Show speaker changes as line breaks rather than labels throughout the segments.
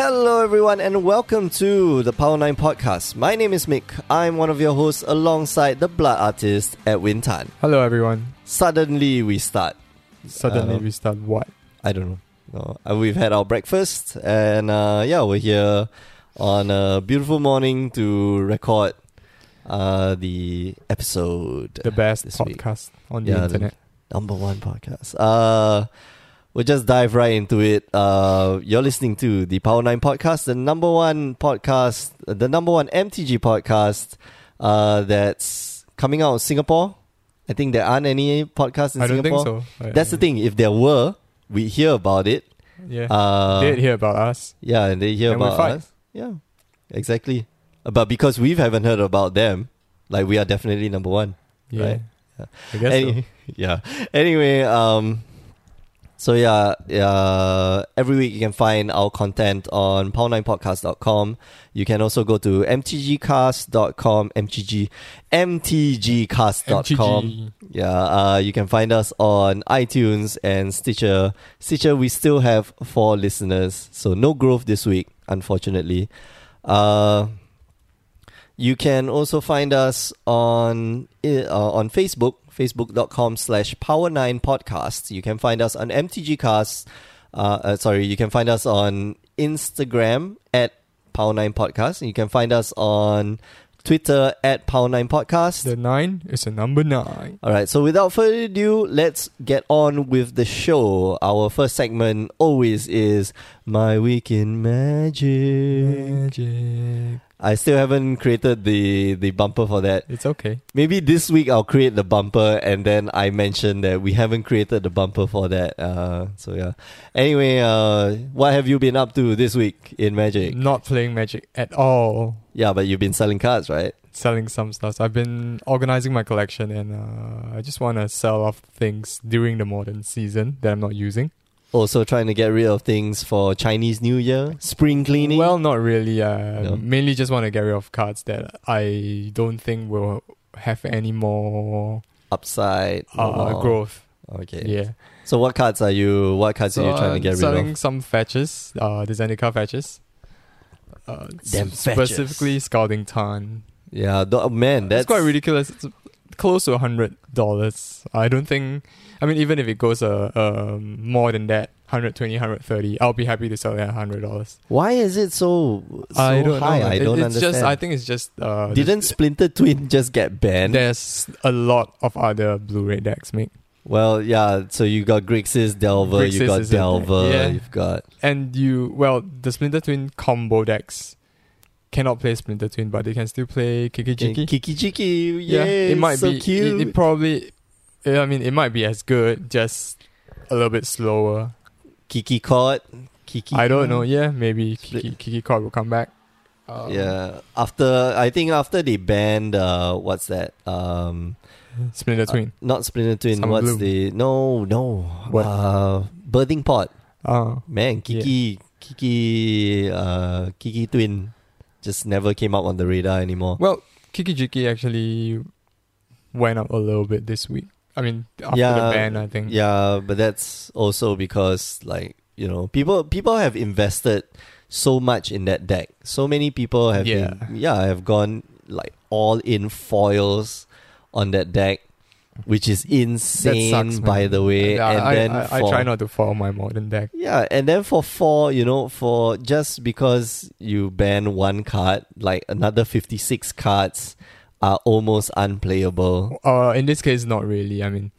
Hello, everyone, and welcome to the Power 9 podcast. My name is Mick. I'm one of your hosts alongside the blood artist, Edwin Tan.
Hello, everyone.
Suddenly, we start.
Suddenly
Uh,
we start what?
I don't know. No, uh, we've had our breakfast, and uh, yeah, we're here on a beautiful morning to record uh, the episode.
The best
uh, this week.
podcast on
Yeah,
the
the-
internet.
number one podcast. Uh, we'll just dive right into it. Uh, you're listening to the Power Nine podcast, the number one podcast, the number one MTG podcast uh, that's coming out of Singapore. I think there aren't any podcasts in
I don't
Singapore.
think so. Oh, I-
That's the thing. If there were, we hear about it.
Yeah.
Uh,
They'd hear about us.
yeah, and they hear
And we
about
fight.
us. Yeah, exactly. Uh, But because we haven't heard about them, like we are definitely number one.
Yeah.
right? Yeah.
I guess
Any- Yeah. Anyway, um, so yeah, yeah. Every week you can find our content on pound9podcast.com. You can also go to mtgcast.com, mtg,
so.
mtgcast.com.
MTG.
Yeah. Uh, you can find us on iTunes and Stitcher. Stitcher, we still have four listeners, so no growth this week, unfortunately. Uh, you can also find us on eh, uh, on Facebook, facebook.com slash power9 podcasts. You can find us on MTG Cast. Uh, uh, sorry, you can find us on Instagram at power9 podcast. You can find us on Twitter at power9 podcast.
The nine is a number nine.
All right, so without further ado, let's get on with the show. Our first segment always is My Week in Magic.
Magic.
I still haven't created the, the bumper for that.
It's okay.
Maybe this week I'll create the bumper and then I mention that we haven't created the bumper for that. Uh, so, yeah. Anyway, uh, what have you been up to this week in Magic?
Not playing Magic at all.
Yeah, but you've been selling cards, right?
Selling some stuff. I've been organizing my collection and uh, I just want to sell off things during the modern season that I'm not using.
Also trying to get rid of things for Chinese New Year, spring cleaning.
Well, not really. Uh,
No?
Mainly just want to get rid of cards that I don't think will have any more
upside.
uh,
normal.
growth.
Okay.
Yeah.
So what cards are you? What cards are you trying to
I'm
get rid
uh, selling
of?
some fetches, uh, Designica fetches. Uh, s-
Them
specifically
fetches.
Scalding Tarn.
Yeah, th- oh, man, that's
That's quite ridiculous. It's close to hundred dollars. I don't think. I mean, even if it goes uh, um, more than that, 120 130 I'll be happy to sell it at hundred dollars.
Why is it so, so
I don't
high?
know.
I
It-
don't
it's
understand.
just. I think it's just. Uh,
Didn't Splinter Twin just get banned?
There's a lot of other Blu-ray decks, mate.
Well, yeah. So you got Grixis, Delver, you
Grixis
got
is in there.
Delver,
Yeah.
you've got
and you well the Splinter Twin combo decks cannot play Splinter Twin, but they can still play Kikijiki.
Kiki Jiki.
yeah, it might
so
be it-
cute.
It, probably, yeah, I mean, it might be as good, just a little bit slower.
Kiki Cod. Kiki.
I don't
Cod.
know. Yeah, maybe
Split-
Kiki, Kiki Card will come back. Um,
Yeah. After I think after they banned uh what's that um
Splinter Twin.
not Splinter Twin
Sun
what's
Bloom.
the no no
What?
uh Birding Pod
Uh,
Man, Kiki, Kiki, uh, Kiki Twin just never came up on the radar anymore.
well, Kikijiki actually went up a little bit this week. I mean, after
Yeah,
the ban, I think.
Yeah, but that's also because like you know people people have invested so much in that deck. So many people have
Yeah.
been, yeah have gone like all in foils on that deck, which is
That
insane
sucks, man.
by the way.
Yeah,
and
I,
then
I, I
for-
try not to follow my modern deck.
Yeah, and then for four, you know, for just because you ban one card, like another 56 cards are almost unplayable.
Uh, in this case, not really. I mean,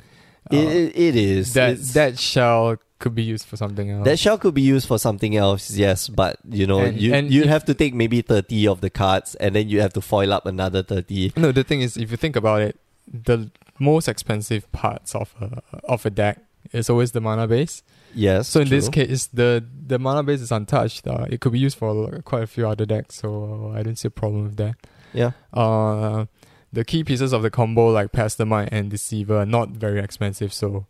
uh,
It, it, it is.
that
It's-
that shell could be used for something else.
that shell could be used for something else, yes, but you know,
And-
you,
and
you'd
if-
have to take maybe 30 of the cards and then you have to foil up another 30.
no, the thing is, if you think about it, the most expensive parts of a of a deck is always the mana base.
Yes.
So in this
true.
case, the the mana base is untouched. Uh, it could be used for lo- quite a few other decks. So I don't see a problem with that.
Yeah.
Uh, the key pieces of the combo like Pastomite and Deceiver are not very expensive. So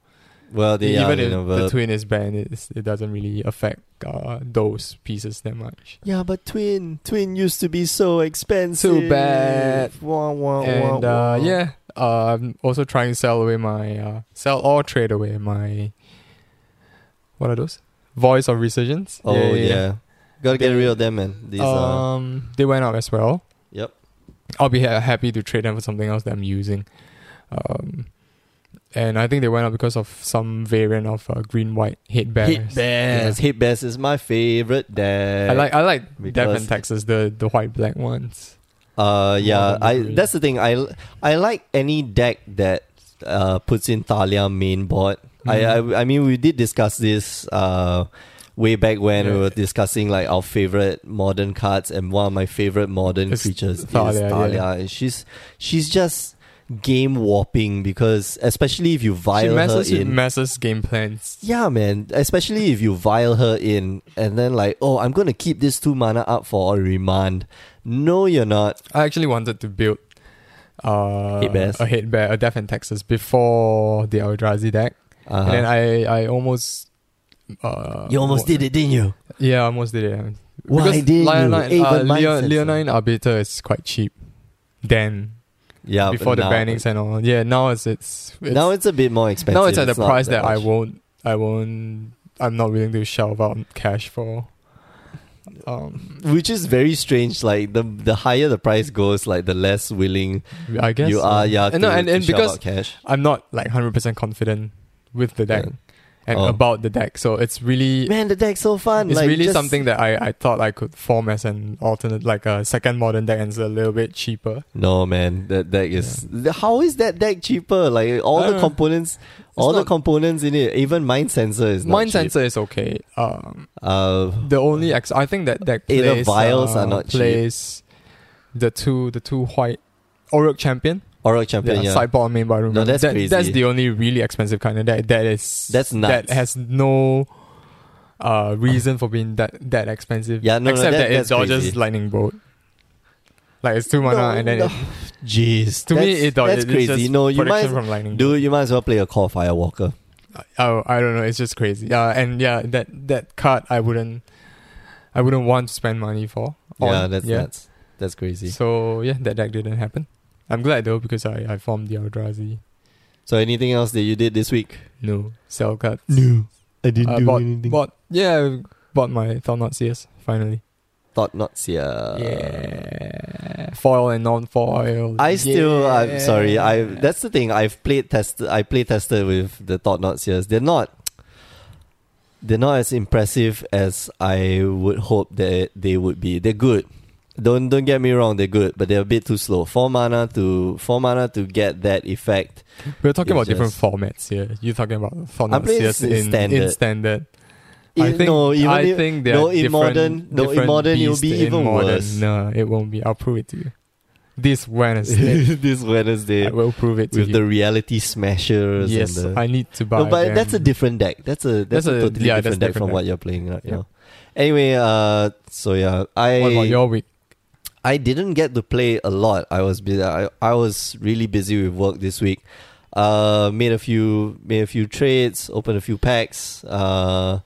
Well, they are,
even
you
if
know,
the
but-
twin is banned, it's, it doesn't really affect uh, those pieces that much.
yeah, but twin, twin used to be so expensive.
bad.
Wah, wah, wah,
and uh,
wah.
yeah, uh, I'm also trying to sell away my uh, sell or trade away my what are those? Voice of Resurgence.
Oh yeah. Gotta get
They-
rid of them, man. These uh,
um, they went up as well.
Yep.
I'll be ha- happy to trade them for something else that I'm using. Um, and I think they went up because of some variant of uh, green white hate bears.
hit bears. Hit bears is my favorite. Dad.
I like I like Dev
Because-
and Texas the the white black ones.
Uh,
More
yeah,
than
I
three.
that's the thing. I I like any deck that uh puts in Thalia main board.
Mm-hmm.
I, I I mean we did discuss this uh way back when we
Yeah.
were discussing like our favorite modern cards and one of my favorite modern
It's
creatures
Thalia,
is
yeah.
Thalia. And she's she's just game warping because especially if you
She
vial her
messes she
in.
messes game plans.
Yeah, man. Especially if you vial her in and then like, oh, I'm gonna keep this two mana up for a remand. No, you're not.
I actually wanted to build uh,
Hate bears.
a hate bear, a Death and Texas before the Eldrazi deck,
Uh-huh.
and then I I almost uh,
You almost did it, didn't you?
Yeah, I almost did it.
Why
Because
didn't you?
Leonine,
Even
uh,
mine
Leo,
said so.
Leonine Arbiter is quite cheap. Then
Yeah, Oh, but
before the
now-
bannings and all, yeah. Now it's it's, it's
now it's a bit more expensive.
now it's at the
not
price that, I
much.
won't I won't I'm not willing to shell out cash for. Um,
which is very strange. Like the the higher the price goes, like the less willing
I guess
you are. Yeah,
and,
to,
no, and,
to
and
shell
because
out cash.
I'm not like hundred percent confident with the deck
Yeah.
and
Oh.
about the deck, so it's really
Man, the deck's so fun.
it's
like,
really
just-
something that I, I thought I could form as an alternate, like a second modern deck, and it's a little bit cheaper.
No, man, that deck is. the- How is that deck cheaper? Like all
I
the
don't know.
components, all the
Uh, not-
components in it. Even mind sensor is not
Mind
cheap.
Sensor is okay. Um,
Uh,
the only ex- I think that that
Either
plays,
vials
uh,
are not cheap.
plays the two the two white Orc Champion,
Oral champion. Yeah,
sideboard and main bar room.
No, that's
that, That's
crazy.
the only really expensive kind of deck that is
That's nuts.
that has no uh reason for being that that expensive.
Yeah, no, no,
except
that-
that,
that's
it dodges
crazy.
lightning bolt. Like it's two mana
No,
uh, and then
no.
it,
jeez,
to me
that's-
it dodges.
That's crazy. No, you might as-
from lightning. bolt.
dude, you might as well play a core firewalker.
oh, I don't know. It's just crazy. Yeah, and yeah, that that card I wouldn't, I wouldn't want to spend money for. on.
Yeah, that's nuts. That's crazy.
So yeah, that deck didn't happen. I'm glad though because I I formed the Eldrazi.
So anything else that you did this week?
No sell cards.
No, I didn't
I bought, bought yeah bought my Thornot CS finally.
Thought not yeah.
yeah, foil and non foil.
I still, uh, I'm sorry. I that's the thing. I've played tested. I play tested with the Thought Not Seers. They're not. They're not as impressive as I would hope that they would be. They're good. Don't don't get me wrong. They're good, but they're a bit too slow. Four mana to four mana to get that effect.
we're talking about
it's
different
just-
formats here. You're talking about Thornot
playing
CS
in
in
standard.
in standard. I
It-
think,
no, even
I
if-
think they
no,
are
in
different,
modern- no, in
different
modern it'll
beast
be
in
even
modern.
worse.
No, it won't be. I'll prove it to you. This Wednesday,
this Wednesday
I will prove it to
with
you.
the reality smashers.
yes,
and the,
I need to buy.
No, but that's a
them.
different deck. That's a that's,
That's
a,
a-
totally
yeah, that's
different deck
different
from
deck.
what you're playing right
Yeah.
now. Anyway, uh, so yeah, I
What about your week?
I didn't get to play a lot. I was busy. I, I was really busy with work this week. Uh, made a few made a few trades, opened a few packs. Uh,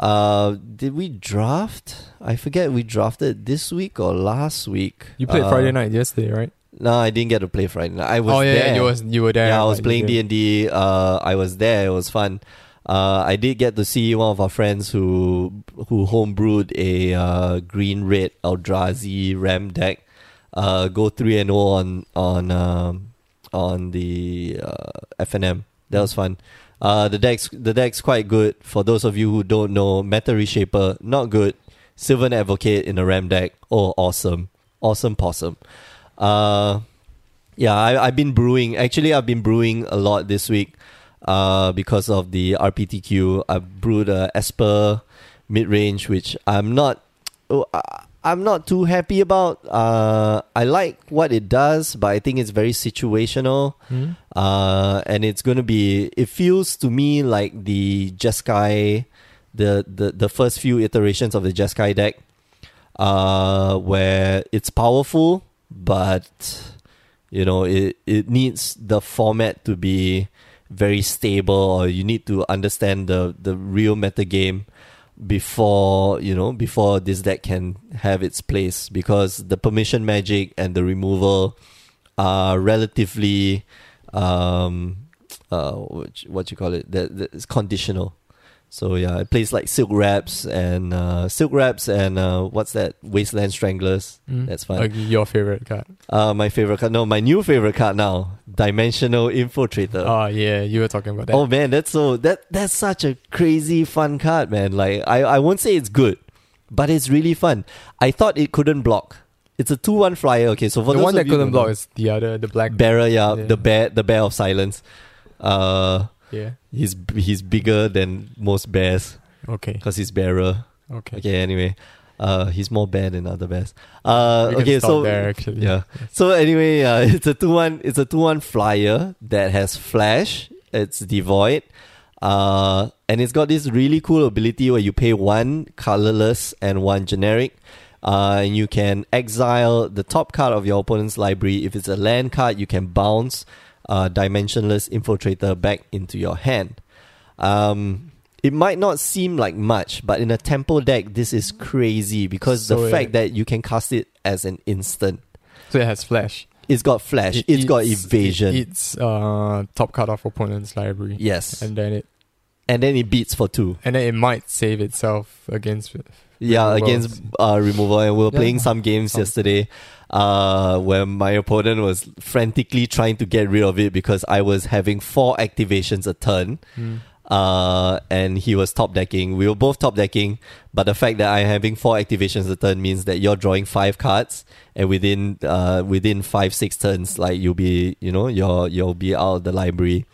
uh, did we draft? I forget. We drafted this week or last week.
You played
Uh,
Friday night yesterday, right?
No, I didn't get to play Friday night. I was
oh yeah,
there.
yeah, you was you were there.
Yeah, I was
but you
playing D
didn't.
and D. uh, I was there. It was fun. Uh, I did get to see one of our friends who who homebrewed a uh, green red Eldrazi Ram deck. Uh, go three and zero on on um, on the uh, FNM. That was fun. Uh, the deck's the deck's quite good. For those of you who don't know, Meta Reshaper not good. Sylvan Advocate in a Ram deck. Oh, awesome, awesome possum. Uh, yeah, I, I've been brewing. Actually, I've been brewing a lot this week uh, because of the RPTQ. I brewed a Esper mid range, which I'm not. oh, I- I'm not too happy about. Uh, I like what it does, but I think it's very situational.
Hmm?
Uh, and it's gonna be. It feels to me like the Jeskai, the the the first few iterations of the Jeskai deck, uh, where it's powerful, but you know it it needs the format to be very stable, or you need to understand the the real meta game before you know before this deck can have its place because the permission magic and the removal are relatively um uh what you- what you call it that that is conditional So yeah, it plays like Silk Raps and uh, Silk Raps and uh, what's that? Wasteland Stranglers.
Mm.
That's fine.
Like your favorite card.
Uh, my favorite card. No, my new favorite card now. Dimensional Infiltrator.
Oh yeah, you were talking about that.
Uh, Oh man, that's so that that's such a crazy fun card, man. Like I, I won't say it's good, but it's really fun. I thought it couldn't block. It's a two one flyer. Okay, so for
the
those
one
of
that
you who
couldn't
know-
block is the other, the black.
Bearer, yeah,
Yeah.
the bear, the bear of silence. Uh,
yeah.
he's he's bigger than most bears
Okay.
because he's bearer.
Okay.
Okay, anyway, uh, he's more bear than other bears. Uh,
We can
okay,
stop
so
there actually.
yeah. So anyway, uh, it's a two one. It's a two one flyer that has flash. It's devoid, uh, and it's got this really cool ability where you pay one colorless and one generic. Uh, and you can exile the top card of your opponent's library. If it's a land card, you can bounce uh, Dimensionless Infiltrator back into your hand. Um, it might not seem like much, but in a tempo deck, this is crazy because
So
the
it-
fact that you can cast it as an instant.
So it has flash.
It's got flash.
It
It has got
eats-
evasion.
It eats uh, top card off opponent's library.
yes, and,
And then it
then it beats for two.
and then it might save itself against
Yeah,
Removal.
against uh, removal. And we were
Yeah.
playing some games
Some-
yesterday, uh, where my opponent was frantically trying to get rid of it because I was having four activations a turn.
Mm.
Uh, and he was top decking. We were both top decking, but the fact that I'm having four activations a turn means that you're drawing five cards, and within uh within five six turns, like you'll be you know you're you'll be out of the library.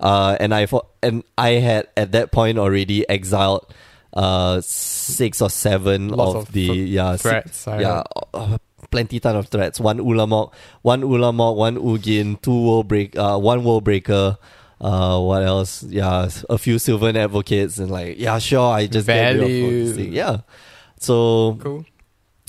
Uh, and I for, and I had at that point already exiled uh six or seven
Lots
of,
of
the
th-
yeah six-
threats. I
yeah, uh, plenty ton of threats. One Ulamog, one Ulamog, one Ugin, two World Break, uh, one World Breaker. Uh, what else? Yeah, s- a few Sylvan Advocates and like yeah, sure. I just get rid of all this
Value.
thing. Yeah, so
heard. Cool.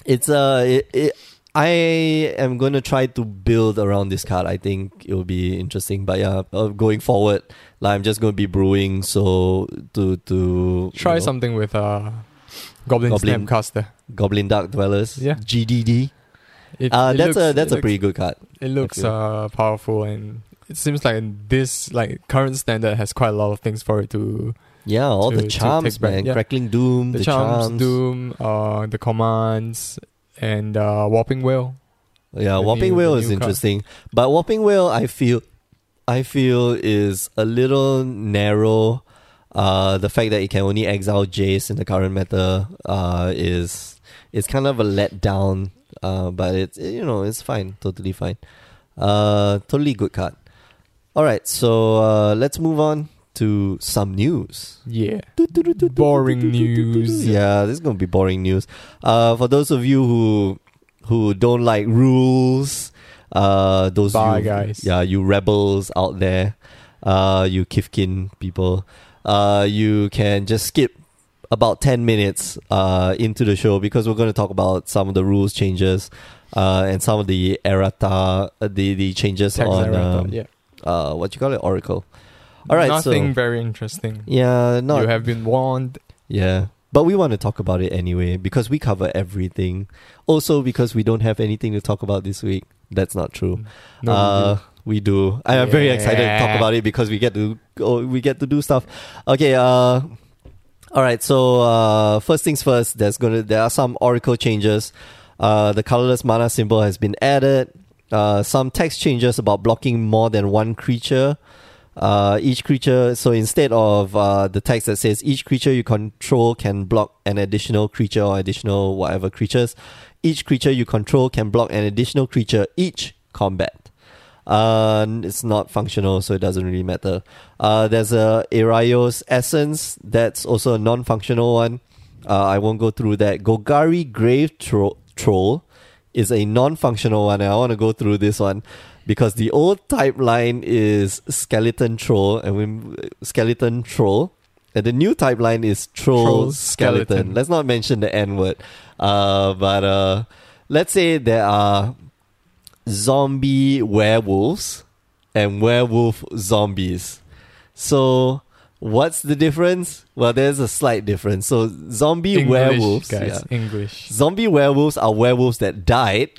it's uh, it, it, I am going to try to build around this card. I think it will be interesting. But yeah, uh, going forward, like I'm just going to be brewing. So to to
Try
you know,
something with uh, Goblin,
Goblin.
Snapcaster.
Goblin Dark Dwellers.
Yeah.
GDD.
It,
Uh, that's
it looks-
a that's
it
a pretty good card.
It looks
feel.
uh, powerful and it seems like this like current standard has quite a lot of things for it to
Yeah, all
to-
the
to
charms,
take back,
man.
yeah.
Crackling Doom,
the,
the,
charms,
charms,
doom, uh, the commands, and uh, whopping whale.
Yeah,
the
Whopping
new-
Whale
the
is
new card.
interesting, but Whopping Whale, I feel, I feel is a little narrow. Uh, the fact that it can only exile Jace in the current meta uh, is is kind of a letdown. Uh, but it's you know it's fine, totally fine. Uh, totally good card. All right, so uh, let's move on to some news.
Yeah, boring news.
Yeah, this is gonna be boring news. Uh, for those of you who who don't like rules, uh, those
Bye,
you,
guys.
yeah, you rebels out there, uh, you Kifkin people, uh, you can just skip about ten minutes uh into the show because we're gonna talk about some of the rules changes. Uh, and some of the errata, uh, the the changes
Text
on
errata,
um,
yeah.
uh, what you call it, Oracle. All right,
nothing
so
very interesting.
yeah, not
you have been warned.
yeah. But we want to talk about it anyway because we cover everything. Also, because we don't have anything to talk about this week. That's not true.
No,
uh, we do. I am very excited to talk
Yeah.
about it because we get to go, we get to do stuff. Okay. Uh, all right. So uh, first things first. There's gonna there are some Oracle changes. Uh, the colorless mana symbol has been added. Uh, some text changes about blocking more than one creature. Uh, each creature. So instead of uh, the text that says each creature you control can block an additional creature or additional whatever creatures, each creature you control can block an additional creature each combat. Uh, n- it's not functional, so it doesn't really matter. Uh, there's a Erayos Essence that's also a non-functional one. Uh, I won't go through that. Gogari Grave Tro- Troll is a non-functional one, and I want to go through this one because the old type line is Skeleton Troll, and we Skeleton Troll, and the new type line is Troll,
Troll
skeleton.
Skeleton.
Let's not mention the N word, uh, but uh, let's say there are zombie werewolves and werewolf zombies. So what's the difference? Well, there's a slight difference. So zombie
English,
werewolves,
guys.
yeah.
English.
zombie werewolves are werewolves that died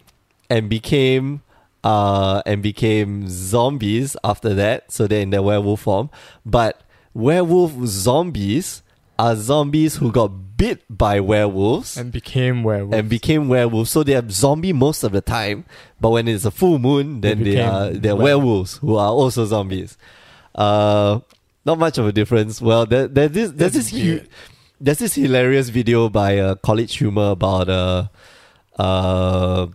and became uh and became zombies after that. So they're in their werewolf form, but werewolf zombies are zombies who got bit by werewolves and,
and became werewolf.
became werewolves. So they are zombie most of the time, but when it's a full moon,
They
then they,
became
are they're
were-
werewolves who are also zombies. Uh, not much of a difference. Well, there, there's this there's this
That's
hu-
weird.
there's this hilarious video by uh, College Humor about uh, uh,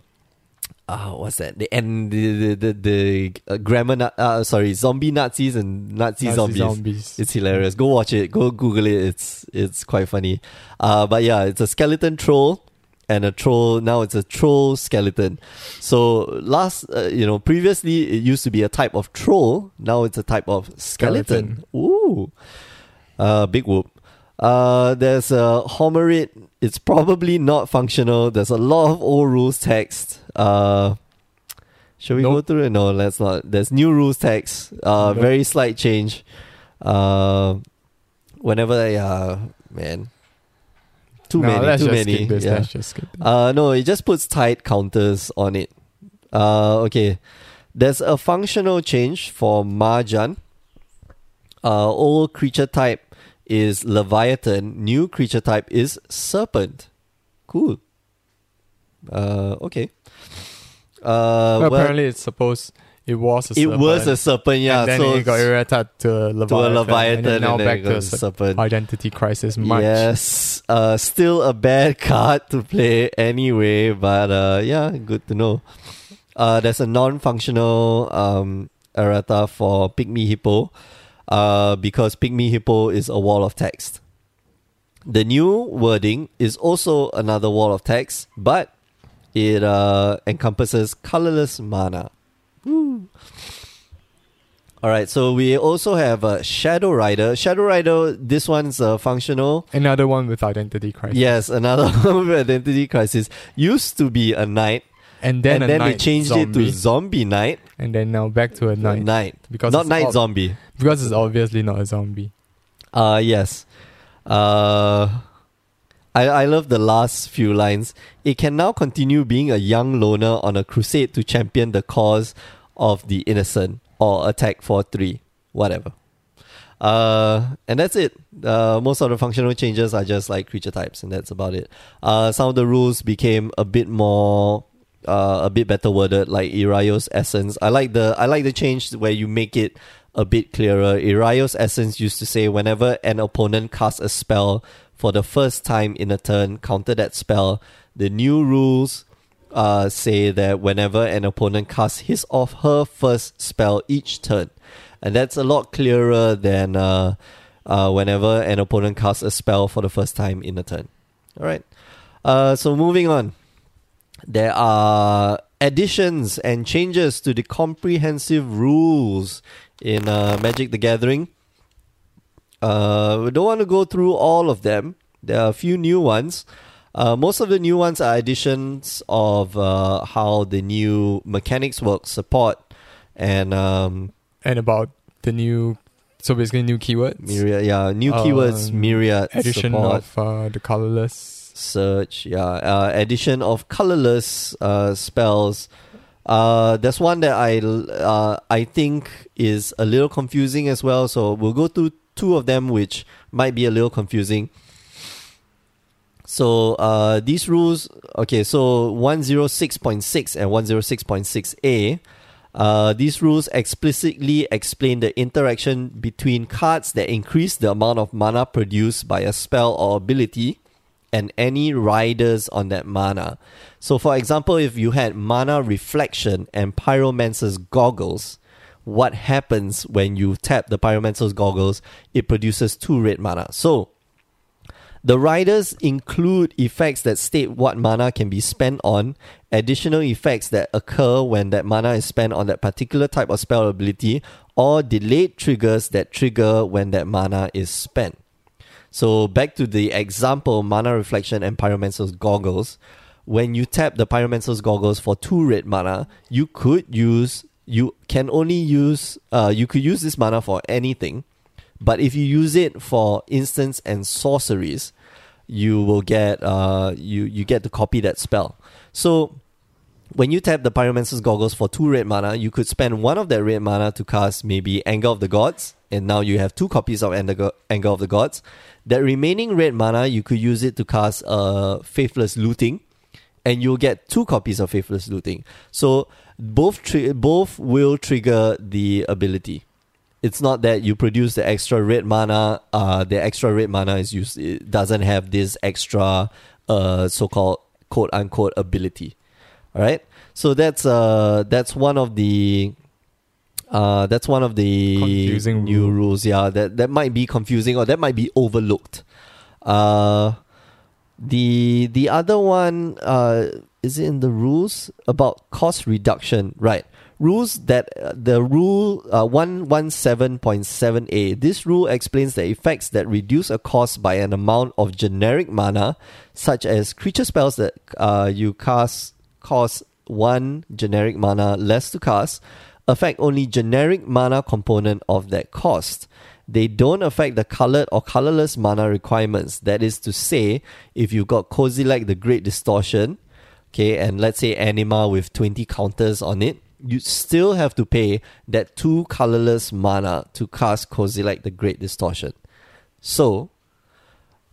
uh what's that? The and the the the, the uh, grammar na- uh sorry zombie Nazis and Nazi,
Nazi
zombies. It's hilarious. Go watch it. Go Google it. It's it's quite funny. Uh, but yeah, it's a skeleton troll and a troll. Now it's a troll skeleton. So last, uh, you know, previously it used to be a type of troll. Now it's a type of skeleton. Ooh, uh, big whoop. Uh, there's a homerid. It's probably not functional. There's a lot of old rules text. Uh, should we go
Nope.
through it? No, let's not. There's new rules text. Uh,
Nope.
very slight change. Uh, whenever they are, man, too
Nah,
many,
let's
too
just
many.
Skip this,
yeah.
Let's just skip this.
Uh, no, it just puts tight counters on it. Uh, okay. There's a functional change for Marjan. Uh, old creature type is Leviathan. New creature type is Serpent. Cool. Uh, okay. Uh,
Well,
well,
apparently, it's supposed it was a
it was a
serpent,
serpent, yeah.
and then
so
it got errated to a leviathan,
to a Leviathan
and then now
and then
back
it
to
got
a
a
se-
serpent.
identity crisis. March.
Yes, uh, still a bad card to play anyway, but uh, yeah, good to know. Uh, there's a non-functional um, errata for Pygmy Hippo, uh, because Pygmy Hippo is a wall of text. The new wording is also another wall of text, but it uh, encompasses colorless mana. All right, so we also have uh, Shadow Rider. Shadow Rider, this one's uh, functional.
Another one with identity crisis.
Yes, another one with identity crisis used to be a knight,
and then
and
a
then they
night
changed
zombie,
it to zombie knight.
and then now back to a night because
not
it's
night
ob-
zombie.
because it's obviously not a zombie.
Uh yes. Uh I I love the last few lines. It can now continue being a young loner on a crusade to champion the cause of the innocent or attack for three. Whatever. Uh and that's it. Uh most of the functional changes are just like creature types and that's about it. Uh some of the rules became a bit more uh, a bit better worded, like Irayo's essence. I like the I like the change where you make it a bit clearer. Irayo's essence used to say whenever an opponent casts a spell for the first time in a turn, counter that spell. The new rules uh, say that whenever an opponent casts his or her first spell each turn, and that's a lot clearer than uh, uh, whenever an opponent casts a spell for the first time in a turn. All right. Uh, so moving on there are additions and changes to the comprehensive rules in uh, Magic the Gathering. Uh, we don't want to go through all of them. There are a few new ones. Uh, most of the new ones are additions of uh, how the new mechanics work, support, and um,
And about the new, so basically new keywords,
myriad. Yeah, new keywords,
Um,
myriad,
addition
support,
of uh, the colorless.
search yeah uh, addition of colorless uh, spells uh, there's one that I l- uh, I think is a little confusing as well so we'll go through two of them which might be a little confusing so uh, these rules okay so 106.6 and 106.6a uh, these rules explicitly explain the interaction between cards that increase the amount of mana produced by a spell or ability and any riders on that mana. So, for example, if you had mana reflection and pyromancer's goggles, what happens when you tap the pyromancer's goggles? It produces two red mana. So, the riders include effects that state what mana can be spent on, additional effects that occur when that mana is spent on that particular type of spell ability, or delayed triggers that trigger when that mana is spent. So back to the example, mana reflection and pyromancer's goggles. When you tap the pyromancer's goggles for two red mana, you could use you can only use uh, you could use this mana for anything, but if you use it for instants and sorceries, you will get uh you you get to copy that spell. So when you tap the pyromancer's goggles for two red mana, you could spend one of that red mana to cast maybe Anger of the Gods and now you have two copies of Anger, Go- Anger of the Gods. That remaining red mana, you could use it to cast uh, Faithless Looting, and you'll get two copies of Faithless Looting. So both tri- both will trigger the ability. It's not that you produce the extra red mana. Uh, the extra red mana is used. It doesn't have this extra uh, so-called quote unquote ability. All right. So that's uh that's one of the uh that's one of the
Confusing
new
rule.
rules. Yeah, that that might be confusing or that might be overlooked. Uh, the the other one uh is it in the rules about cost reduction? Right. Rules that uh, the rule uh, 117.7a. This rule explains the effects that reduce a cost by an amount of generic mana, such as creature spells that uh, you cast cost one generic mana less to cast, affect only generic mana component of that cost. They don't affect the colored or colorless mana requirements. That is to say, if you got Kozilek the Great Distortion, okay, and let's say Anima with 20 counters on it, you still have to pay that two colorless mana to cast Kozilek the Great Distortion. So,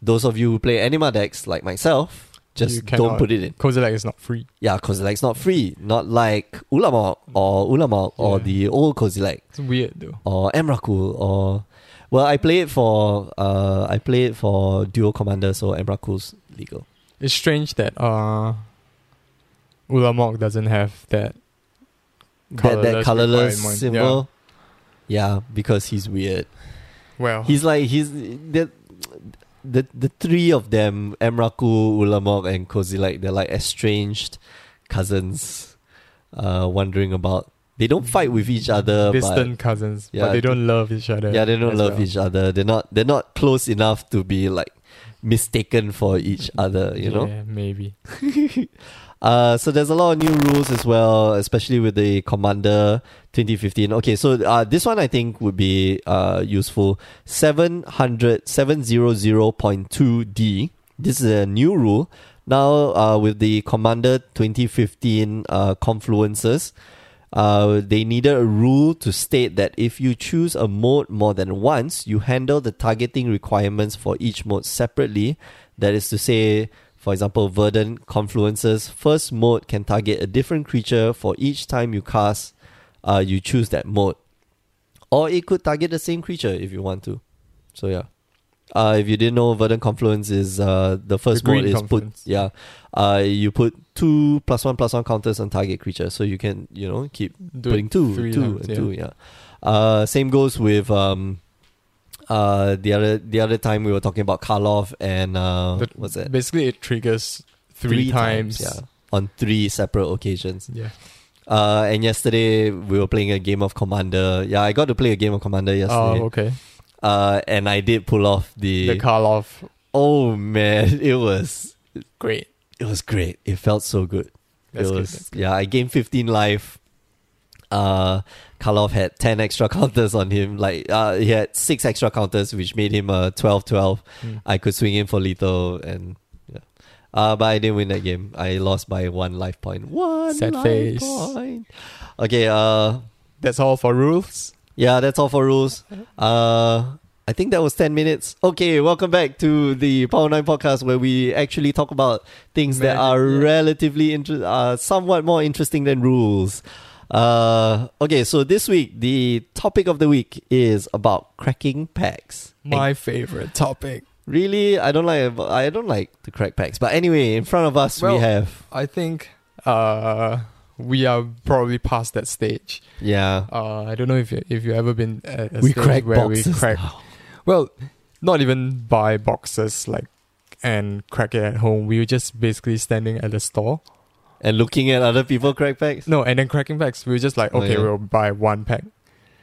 those of you who play Anima decks like myself,
You
just don't
cannot-
put it in.
Kozilek is not free.
Yeah, Kozilek's not free. Not like Ulamog or Ulamog or
Yeah.
the old Kozilek
It's weird though.
or Emrakul or well, I play it for uh, I play it for duo commander, so Emrakul's legal.
It's strange that uh, Ulamog doesn't have that.
That, that
Colourless
colorless
requirement, yeah.
symbol, yeah. because he's weird.
Well,
He's like he's the the the three of them, Emrakul, Ulamog, and Kozilek. They're like estranged cousins, uh, wandering about. They don't fight with each other, but
distant cousins,
yeah,
but they don't love each other.
Yeah, they don't
as
love
well.
each other. They're not they're not close enough to be like mistaken for each other, you know?
Yeah, maybe.
Uh so there's a lot of new rules as well, especially with the Commander 2015. Okay, so uh this one I think would be uh useful. 700 700.2D. This is a new rule. Now uh with the Commander 2015 uh confluences, uh, they needed a rule to state that if you choose a mode more than once, you handle the targeting requirements for each mode separately. That is to say, for example, Verdant Confluences first mode can target a different creature for each time you cast, uh, you choose that mode, or it could target the same creature if you want to. So yeah. Uh, if you didn't know, Verdant Confluence is uh, the first
green
mode is
confluence.
put yeah, uh, you put two plus one plus one counters on target creature, so you can you know keep
Do
putting
it
two,
three
two,
times,
and
yeah.
two. Yeah. Uh, same goes with um, uh, the other the other time we were talking about Karlov and uh,
The-
what's it?
Basically, it triggers three, times.
Yeah. On three separate occasions.
Yeah.
Uh, and yesterday we were playing a game of Commander. Yeah, I got to play a game of Commander yesterday.
Oh, okay.
Uh, and I did pull off the.
The Karloff.
oh man, it was
Great.
it was great. It felt so good.
That's
it
good,
was
that's
yeah. I gained 15 life. Uh, Karlov had 10 extra counters on him. Like uh, he had six extra counters, which made him a 12-12.
Mm.
I could swing in for lethal, and yeah. Uh, but I didn't win that game. I lost by one life point. One
Sad
life
face.
point. Okay. Uh,
That's all for rules.
yeah, that's all for rules. Uh, I think that was 10 minutes. Okay, welcome back to the Power 9 podcast where we actually talk about things that
Magic,
are
yeah.
relatively, inter- uh, somewhat more interesting than rules. Uh, okay, so this week, the topic of the week is about cracking packs.
My favorite topic.
really, I don't like I don't like to crack packs. But anyway, in front of us we
Well-
have
I think uh, we are probably past that stage.
yeah,
Uh, I don't know if you, if you've ever been at a
we
stage
crack
where
boxes.
we crack.
now.
Well, not even buy boxes like and crack it at home. We were just basically standing at the store.
and looking at other people crack packs.
No, and then cracking packs. We were just like,
Oh,
okay,
yeah.
we'll buy one pack.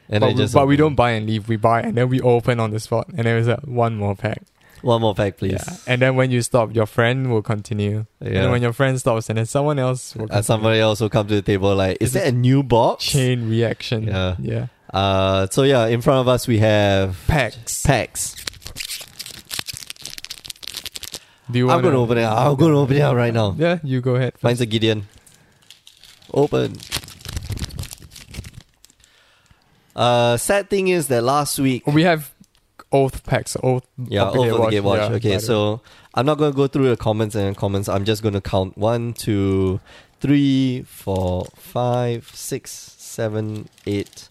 And
but
I
we,
just
but we don't buy and leave. We buy and then we open on the spot. And then it's like one more pack.
one more pack, please.
Yeah. And then when you stop, your friend will continue. And
Yeah.
then when your friend stops, and then someone else will
Uh,
continue.
somebody else will come to the table like, is
Is
that a new box?
chain reaction.
Yeah.
Yeah.
Uh, so yeah, in front of us we have
Packs.
packs.
Do you
I'm
wanna-
gonna open it. I'm gonna open it up right now.
Yeah, you go ahead.
Mine's a Gideon. Open. Uh, sad thing is that last week,
We have Oath packs, Oath.
yeah,
Obligate
over the gate watch.
yeah,
okay,
but-
so I'm not going to go through the comments and comments. I'm just going to count one, two, three, four, five, six, seven, eight.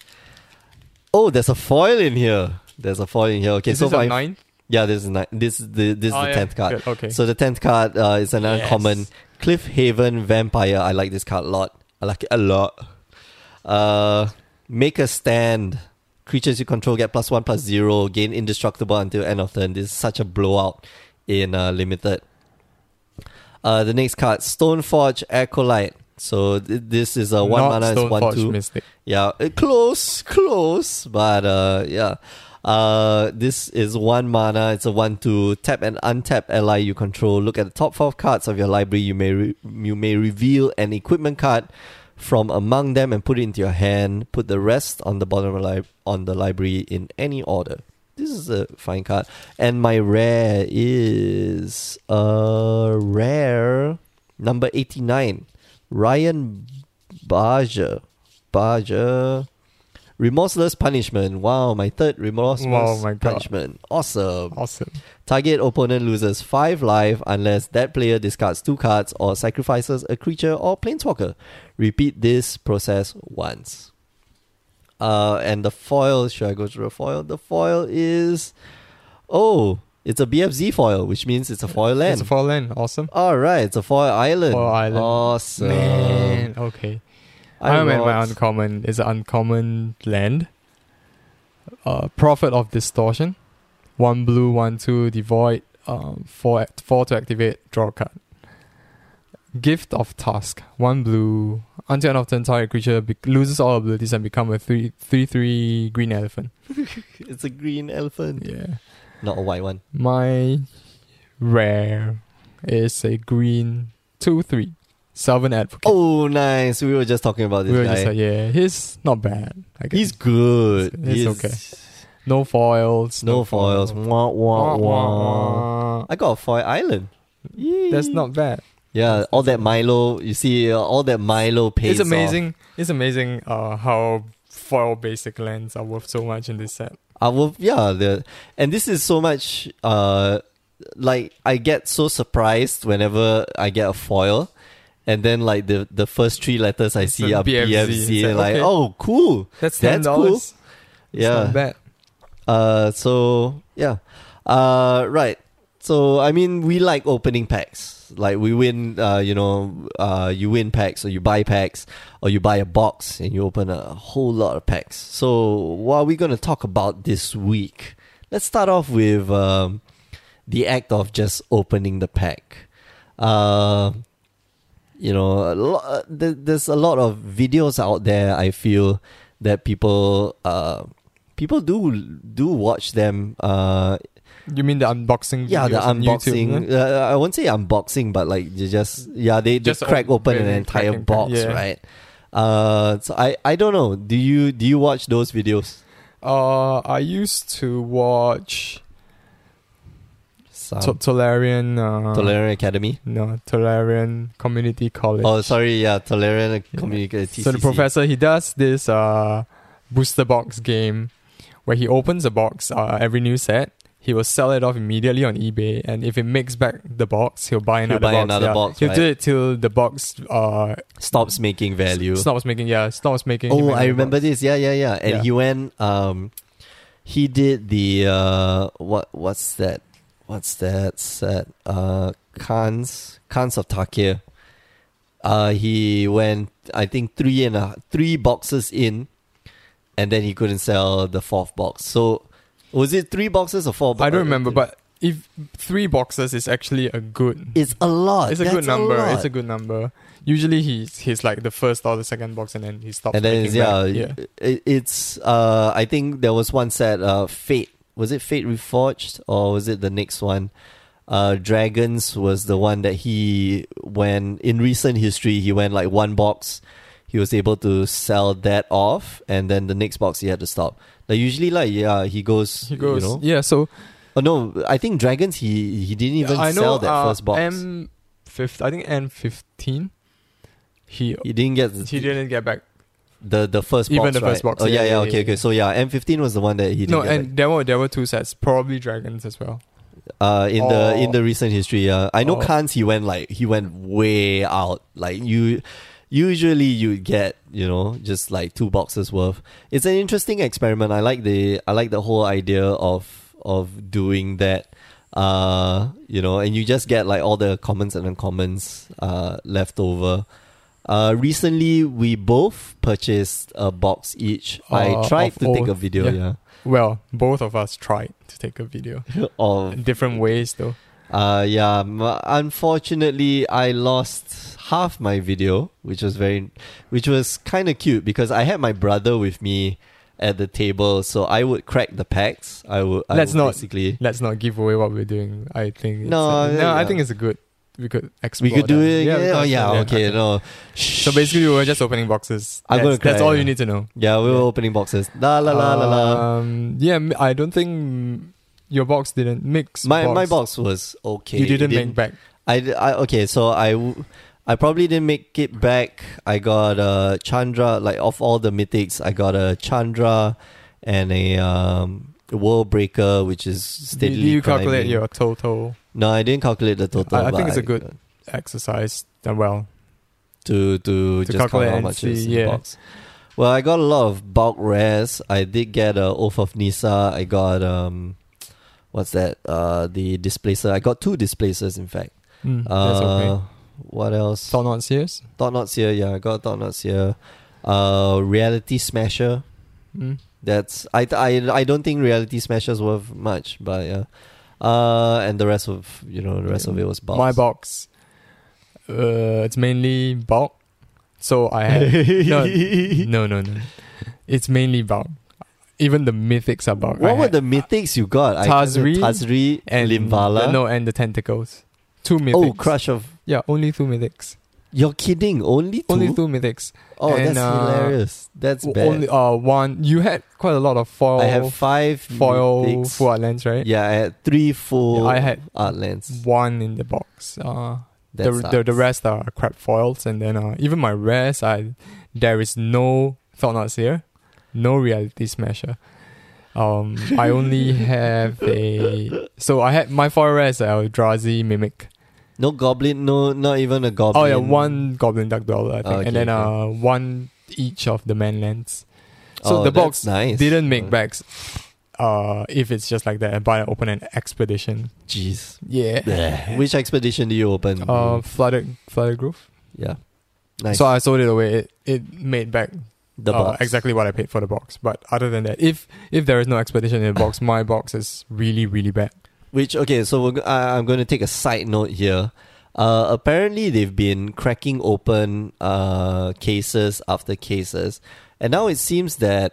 Oh, there's a foil in here. There's a foil in here. Okay,
Is
so
this a
my
nine?
yeah, this is nine. This is the this is
Oh,
the
yeah,
tenth card.
good, Okay.
So the tenth card uh, is an
Yes.
uncommon Cliffhaven Vampire. I like this card a lot. I like it a lot. Uh, make a stand. Creatures you control get plus one plus zero. Gain indestructible until end of turn. This is such a blowout in uh, limited. Uh, the next card, Stoneforge Acolyte. So th- this is a one
Not
mana is one
Stoneforge
two.
Mystic.
Yeah, uh, close, close, but uh, yeah. Uh, this is one mana. It's a one two. Tap and untap ally you control. Look at the top five cards of your library. You may re- you may reveal an equipment card from among them and put it into your hand. Put the rest on the bottom of li- on the library in any order. This is a fine card. And my rare is uh rare number eighty nine. Ryan Baja. Baja. Remorseless Punishment. Wow, my third Remorseless
Wow, my God.
Punishment. Awesome.
Awesome.
Target opponent loses 5 life unless that player discards 2 cards or sacrifices a creature or planeswalker. Repeat this process once. Uh, and the foil, should I go through the foil? The foil is. Oh, it's a BFZ foil, which means it's a foil land.
It's a foil land. Awesome.
Alright, it's a foil island.
Foil island.
Awesome.
Man. Okay. I meant my uncommon is an uncommon land. Uh, Prophet of Distortion. One blue, one two, devoid. Um, four, act- four to activate, draw a card. Gift of Task. One blue. Until end of turn, target creature be- loses all abilities and become a three, three, three green elephant.
It's a green elephant.
Yeah.
Not a white one.
My rare is a green two three. Sylvan Advocate.
Oh, nice. We were just talking about this
we were
guy.
just like, yeah, he's not bad. I guess.
He's good.
It's- it's
He's
okay. No foils.
No foils. Wah, wah, wah.
Wah, wah, wah.
I got a foil island. Yee.
That's not bad.
Yeah, all that Milo. You see, uh, all that Milo pays
it's amazing. It's amazing uh, how foil basic lands are worth so much in this set.
Off. I will, yeah, the, and this is so much. Uh, like I get so surprised whenever I get a foil, and then like the the first three letters I
It's
see
a
are BFZ.
BFZ. It's
and
like,
like,
okay.
oh, cool.
That's ten
That's
dollars.
Yeah,
not bad.
Uh, so yeah, uh, right. So I mean, we like opening packs. Like we win, uh, you know, uh, you win packs or you buy packs or you buy a box and you open a whole lot of packs. So what are we going to talk about this week? Let's start off with um, the act of just opening the pack. Uh, you know, a lot, uh, there- there's a lot of videos out there. I feel that people uh, people do do watch them. Uh,
You mean the unboxing?
yeah, the
videos on
unboxing.
YouTube, huh?
uh, I won't say unboxing, but like they just yeah, they, they
Just
crack open an
open,
entire
cracking, crack-
box,
yeah.
right? Uh, so I I don't know. Do you do you watch those videos?
Uh, I used to watch
Some
to- Tolarian. Uh,
Tolerant Academy.
No, Tolarian Community College.
Oh, sorry, yeah, Tolerant
Yeah.
Community.
So the professor he does this uh, booster box game where he opens a box uh, every new set. He will sell it off immediately on eBay, and if it makes back the box, he'll buy another
buy
box.
another
yeah.
box,
he'll do
right?
it till the box uh,
stops making value.
stops making. Yeah, stops making. he
Oh,
make
I
another
remember
box.
this. Yeah, yeah, yeah. And
Yeah.
he went. Um, he did the uh, what? What's that? What's that set? Uh, Khans Khans of Takir. Uh, he went. I think three and a three boxes in, and then he couldn't sell the fourth box. So, was it three boxes or four?
I
bo-
don't remember, but if three boxes is actually a good.
it's a lot.
it's a good
That's
number.
lot.
it's a good number. Usually he's he's like the first or the second box, and then he stops.
and then it's,
making
yeah,
back. yeah.
It, it's uh I think there was one set uh Fate was it Fate Reforged or was it the next one? Uh, Dragons was the one that he when in recent history he went like one box, he was able to sell that off, and then the next box he had to stop. Like usually like yeah he goes
He goes.
you know
Yeah. So
oh no I think Dragons he he didn't even
I know,
sell that
uh,
first box
M fifth, I think M fifteen. He
he didn't get
he didn't get back
The the first box,
Even the first
right?
box,
Oh
yeah,
yeah, yeah,
yeah,
okay,
yeah.
okay. So yeah, M15 was the one that he did
No,
get
and there were there were two sets, probably dragons as well.
Uh, in the in
Oh.
the recent history, yeah. I know
Oh.
Khan's he went like he went way out. Like you usually you get, you know, just like two boxes worth. It's an interesting experiment. I like the I like the whole idea of of doing that. Uh, you know, and you just get like all the comments and uncommons uh left over. Uh, recently we both purchased a box each.
Uh,
I tried
of
to take
all-
a video, yeah.
yeah. Well, both of us tried to take a video
of
in different ways though.
Uh, yeah. m- Unfortunately, I lost half my video, which was very, which was kind of cute because I had my brother with me at the table, so I would crack the packs. I would. I
Let's
would
not-
basically.
Let's not give away what we're doing. I think it's
No,
a, no,
yeah.
I think it's a good we could explore.
We could do
that.
it.
we
Yeah,
could
oh yeah.
explore that.
okay. No.
So basically, we were just opening boxes.
I'm
That's,
gonna
that's
cry,
all
yeah.
you need to know.
yeah, we were opening boxes. La la la la la.
Um, yeah, m- I don't think mm, your box didn't mix.
My my box was okay.
You
It
didn't, make back.
I, d- I- okay, so I w- I probably didn't make it back. I got a Chandra like of all the mythics, I got a Chandra and a um World Breaker, which is
Did
steadily.
you, you calculate
climbing.
your total
No, I didn't calculate the total.
I- I
but
think it's a good- exercise? Uh, well,
to to, just
calculate
count how
and
much
see,
is in the
yeah.
box. Well, I got a lot of bulk rares. I did get a Oath of Nisa. I got um, what's that? Uh, the displacer. I got two displacers, in fact.
mm,
Uh,
that's okay.
What else?
Thought not serious.
Thought Knots here, yeah, I got Thought Knots here. Uh, Reality Smasher.
Mm.
That's I, I I don't think Reality Smasher's worth much, but yeah. Uh, and the rest of you know the rest of it was box.
My box, uh, it's mainly bulk. So I had no, no, no, no. It's mainly bulk. Even the mythics are bulk. I
What were
had-
the mythics you got? I can't-
Tazri
Tazri,
and
Limvala.
No, and the tentacles. Two mythics.
oh, Crush of.
Yeah, only two mythics.
You're kidding? Only two.
Only two mythics.
Oh,
and,
that's
uh,
hilarious. That's
W-
bad.
Only uh one. You had quite a lot of foil.
I have five
foil
mythics.
full art lens, right?
Yeah, I had three full.
Yeah, I had
art lands.
One in the box. Uh,
That
the, the the
sucks.
rest are crap foils, and then uh, even my rares, I there is no thought nuts here, no reality smasher. Um, I only have a so I had my foil rares are Eldrazi mimic.
No goblin. No, not even a goblin.
Oh yeah, one goblin duck dollar, I think,
Okay,
and then uh
okay.
one each of the mainlands. So
Oh,
the
that's
box
nice.
didn't make
Uh,
backs. Uh, if it's just like that, but I open an expedition.
Jeez.
Yeah.
Which expedition do you open?
uh, flooded flooded groove.
yeah. Nice.
So I sold it away. It, it made back
the
uh,
box.
exactly what I paid for the box. But other than that, if if there is no expedition in the box, my box is really really bad.
Which okay, so we're, go- I, I'm going to take a side note here. Uh, apparently, they've been cracking open uh, cases after cases, and now it seems that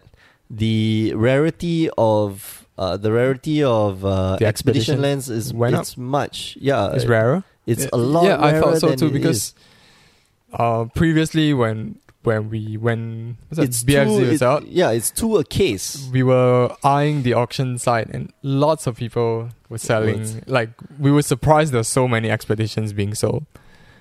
the rarity of uh, the rarity of uh,
The
expedition
expedition
lens is
went up?
it's much yeah
It's rarer.
Uh, it's a
Yeah,
lot
Yeah, I
rarer
thought so
than
too
it is.
because uh, previously when when we when was that
it's
BFZ
too, it-
was out,
yeah it's two a case
we were eyeing the auction site and lots of people were selling.
Loads.
Like we were surprised there's so many expeditions being sold.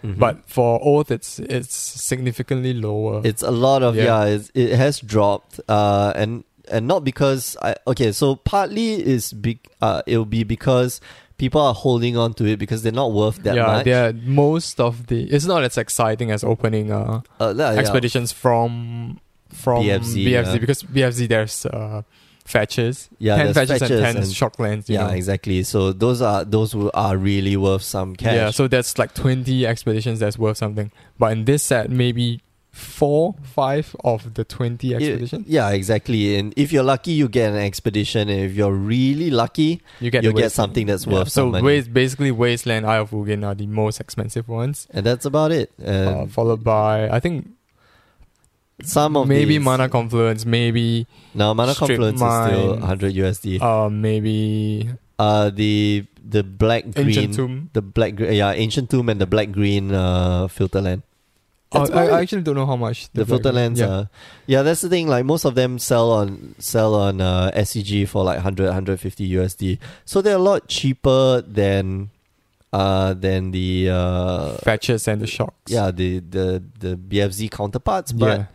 Mhm.
But for Oath, it's it's significantly lower.
It's a lot of yeah.
Yeah.
it's, it has dropped, uh, and and not because I okay. So partly is be, uh, it'll be because people are holding on to it because they're not worth that
yeah,
much.
they're most of the. It's not as exciting as opening uh,
Uh, yeah, yeah.
expeditions from from
BFZ,
BFZ,
yeah.
because BFZ there's uh, fetches,
Yeah,
ten
there's
fetches,
fetches
and ten
and-
shock lands. You
Yeah,
know?
exactly. So those are those who are really worth some cash.
Yeah, so that's like 20 expeditions that's worth something. But in this set, maybe four, five of the 20
Yeah,
expeditions,
Yeah, exactly. And if you're lucky, you get an expedition. And if you're really lucky,
you get
you'll
the
get
waste-
something that's
Yeah,
worth some
so
money.
waste, basically, Wasteland, Eye of Ugin are the most expensive ones,
and that's about it. And
uh, followed by, I think,
some of
maybe
these,
Mana Confluence, maybe,
No, mana
Strip
confluence is still
Mine.
100 USD.
uh, maybe
Uh, the the black green
Ancient Tomb.
the black gre- yeah ancient tomb and the black green uh, filter land.
Oh,
That's about
I, I
it.
actually don't know how much
the
black
filter
green-
lands
Yeah.
yeah. yeah that's the thing like most of them sell on sell on uh, SCG for like 100 150 USD so they're a lot cheaper than uh than the uh
fetches and the shocks.
yeah the the the BFZ counterparts but
yeah.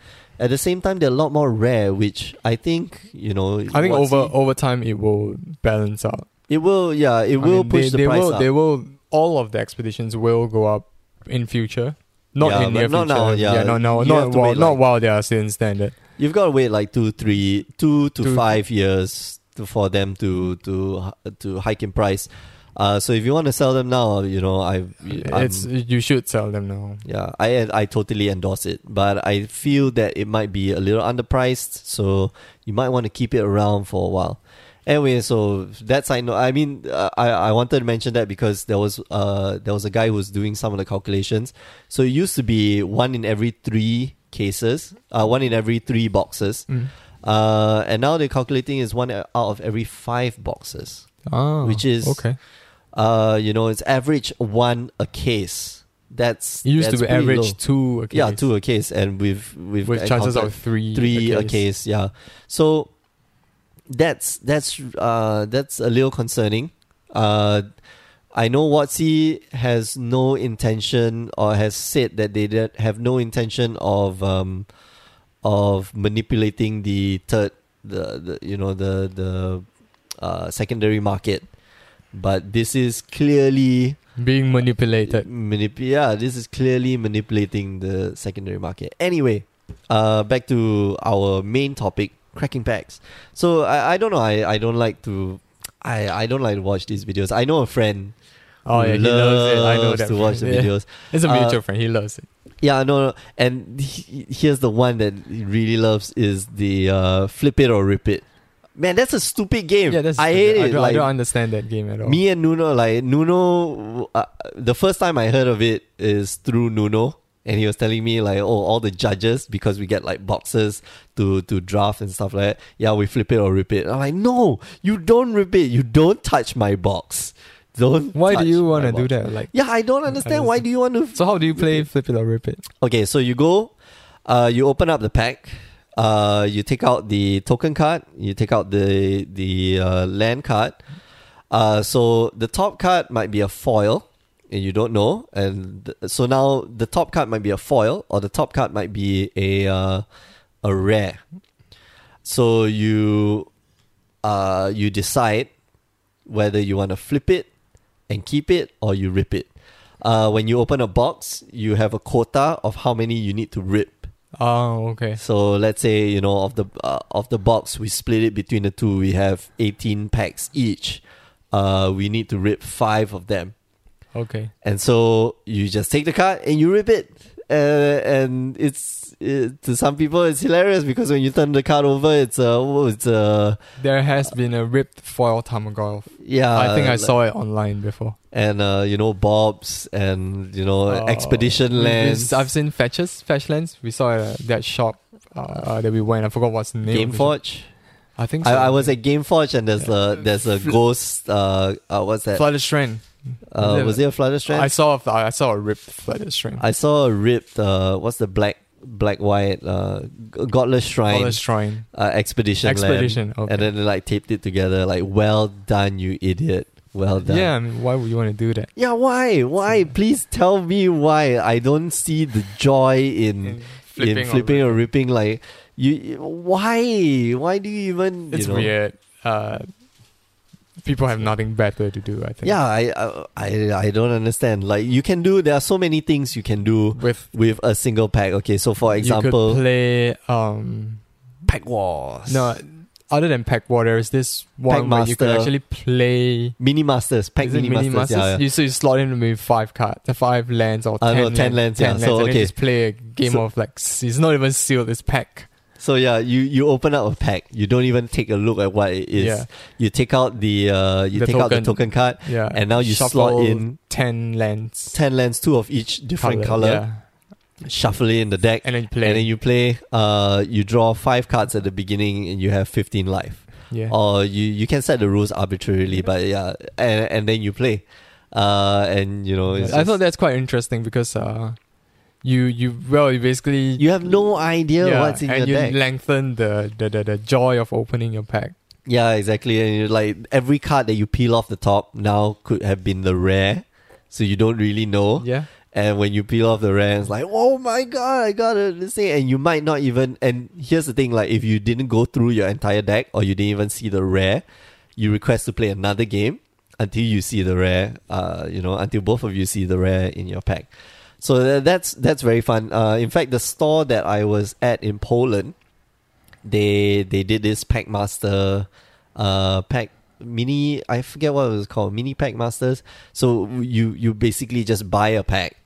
At the same time, they're a lot more rare, which I think you know.
I think
once
over
it-
over time it will balance out.
it will. Yeah, it
I
will
mean,
push
they,
the
they
price
will,
up.
They will. All of the expeditions will go up in future. Not
Yeah,
in
but
near
not
future.
now, yeah.
not now.
You
Not
have to
while,
wait,
not
like-
while they are still in standard.
You've got to wait like two, three, two to
Two-
five years to, for them to to to hike in price. Uh, so if you want to sell them now, you know I I'm-
It's you should sell them now.
yeah I I totally endorse it, but I feel that it might be a little underpriced, so you might want to keep it around for a while. Anyway, so that's I know. I mean, uh, I I wanted to mention that because there was uh there was a guy who was doing some of the calculations. So it used to be one in every three cases, uh, one in every three boxes.
Mm.
Uh, and now they're calculating is one out of every five boxes.
Ah,
Which is-
okay.
Uh, you know, it's average one a case. That's
It used
that's
to be
pretty
average
low.
two. A case,
Yeah, two a case, and we've we've
with chances
encountered
of three.
three a case. Yeah, so that's that's uh that's a little concerning. Uh, I know Watsy has no intention or has said that they did have no intention of um of manipulating the third the, the you know the the uh, secondary market, but this is clearly
being manipulated.
Manip- yeah, this is clearly manipulating the secondary market. Anyway, uh, back to our main topic, cracking packs. So I, I don't know. I, I don't like to. I, I don't like to watch these videos. I know a friend
Oh
who
yeah, he loves
loves
it. I know
to
that.
watch the
friend. Yeah.
videos.
It's a
Uh,
mutual friend. He loves it.
Yeah, no, no. And he, here's the one that he really loves is the uh, flip it or rip it. Man, that's a stupid game.
Yeah, that's.
I
stupid.
hate it.
I don't,
like,
I don't understand that game at all.
me and Nuno, like Nuno, uh, the first time I heard of it is through Nuno, and he was telling me like, oh, all the judges because we get like boxes to to draft and stuff like that. Yeah, we flip it or rip it. I'm like, no, you don't rip it. You don't touch my box. Don't.
Why do
touch
you
my
want to do
box."
that? Like,
Yeah, I don't understand. Why do you want to?
so how do you play flip it or rip it?
Okay, so you go, uh, you open up the pack, uh, you take out the token card, you take out the the uh, land card. Uh, so the top card might be a foil, and you don't know. And th- so now the top card might be a foil, or the top card might be a uh, a rare. So you uh, you decide whether you want to flip it and keep it or you rip it. Uh, when you open a box, you have a quota of how many you need to rip.
Oh, okay.
So let's say you know of the uh, of the box, we split it between the two. We have eighteen packs each. Uh, we need to rip five of them,
Okay.
and so you just take the card and you rip it. Uh, and it's it, to some people it's hilarious because when you turn the card over, it's a oh, it's a
There has been a ripped foil tamagotchi.
yeah.
I think I
like-
saw it online before.
and uh, you know Bob's and you know
Uh, we-
Oh, Expedition
we-
Lands.
I've seen fetches, fetch lands. We saw it at that shop uh, uh, that we went. I forgot what's the name. of the shop.
Gameforge.
I think so.
I, I was at Gameforge and there's a there's a ghost. Uh, uh what's that?
Flutterstrand.
Uh, was it a Flutterstrand?
I saw. a- I saw a ripped Flutterstrand.
I saw a ripped. Uh, what's the black black white uh g- godless shrine
Flutterstrand.
uh, expedition land.
Expedition. Okay.
and then they like taped it together. Like well done, you idiot. Well done.
yeah. I mean, why would you want to do that?
Yeah. Why? Why? Please tell me why. I don't see the joy in
In
in Mm. flipping or ripping. Like you, why? Why do you even? you
It's
know?
weird. Uh, people have nothing better to do. I think.
Yeah, I, I I I don't understand. Like you can do. There are so many things you can do
With
with a single pack. Okay, so for
you could
example,
play um
pack wars.
No, other than Pack War, there is this one where you could
Packmaster.
actually play.
mini masters, pack
Is it
mini, masters. Yeah, yeah.
You, so you slot in maybe five cards, uh, five lands or
Uh,
ten,
no, 10 lands, yeah. So,
and then
okay.
just play a game
So-
of like s- it's not even sealed. It's pack.
So yeah, you you open up a pack. You don't even take a look at what it is.
Yeah,
You take out the uh you
The
take out the token
token.
card,
yeah.
and now you
Shuffle
slot in
ten lands,
ten lands, two of each different color.
yeah.
Shuffle it in the deck.
and then you play.
And then you play. Uh, you draw five cards at the beginning, and you have fifteen life.
yeah.
Or you you can set the rules arbitrarily, but yeah, and and then you play. Uh, and you know,
I
it's
thought
just-
that's quite interesting because uh, you you well you basically
you have no idea what's in your
and you
deck.
lengthen the, the the the joy of opening your pack.
yeah, exactly. And you like every card that you peel off the top now could have been the rare, so you don't really know.
Yeah.
And when you peel off the rand, it's like, oh my god, I got it. This thing. And you might not even. And here's the thing: like, if you didn't go through your entire deck, or you didn't even see the rare, you request to play another game until you see the rare. Uh, you know, until both of you see the rare in your pack. So tha- that's that's very fun. Uh, in fact, the store that I was at in Poland, they they did this Pack Master, uh, pack mini. I forget what it was called. Mini Pack Masters. So you you basically just buy a pack,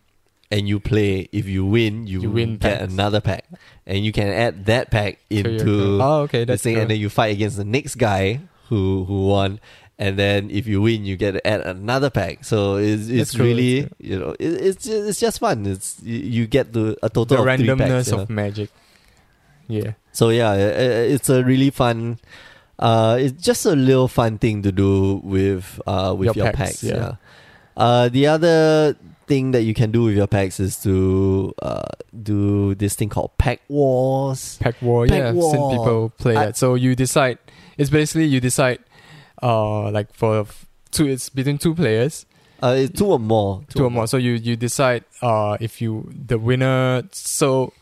and you play. If you win, you,
You win
get
packs.
another pack, and you can add that pack
So you're-
into
oh, okay,
the
that's
thing,
cool.
and then you fight against the next guy who who won. And then if you win, you get to add another pack. So it's, it's
That's cool,
really
that's
you know it, it's just, it's just fun. It's you, you get the a
the
total of three
randomness
packs. you know.
of magic. Yeah.
So yeah, i- i- it's a really fun. Uh, it's just a little fun thing to do with uh with your,
Your
packs.
packs,
Yeah.
yeah.
Uh, the other thing that you can do with your packs is to uh do this thing called pack wars.
Pack War,
Pack
yeah. I've
War.
seen people play
I-
that. So you decide. It's basically you decide, uh, like for f- two. It's between two players,
Uh, it's two or more.
two, or more. So you you decide, uh, if you the winner. So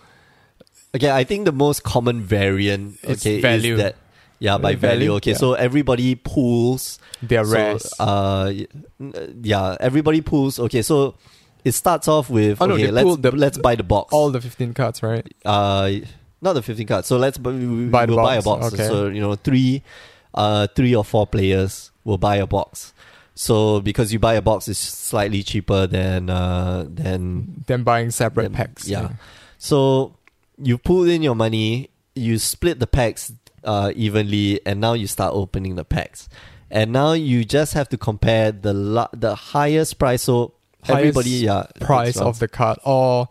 Okay, I think the most common variant
It's
okay
value.
is that yeah by value.
Value,
Okay,
yeah.
so everybody pools
they're rare.
So, uh, y- n- yeah, everybody pulls. Okay, so it starts off with
Oh, no,
okay,
they
let's
pull the-
let's buy the box.
all the fifteen cards, right?
uh, not the fifteen cards. So let's bu- we- we-
Buy the
we'll buy a
box,
box.
okay.
So you know, three, uh, three or four players will buy a box. So because you buy a box, it's slightly cheaper than uh than
Then Mm. buying separate
Then-
packs.
yeah. so you pull in your money, you split the packs uh, evenly, and now you start opening the packs. And now you just have to compare the la- the highest price. So everybody, yeah,
Price of the card or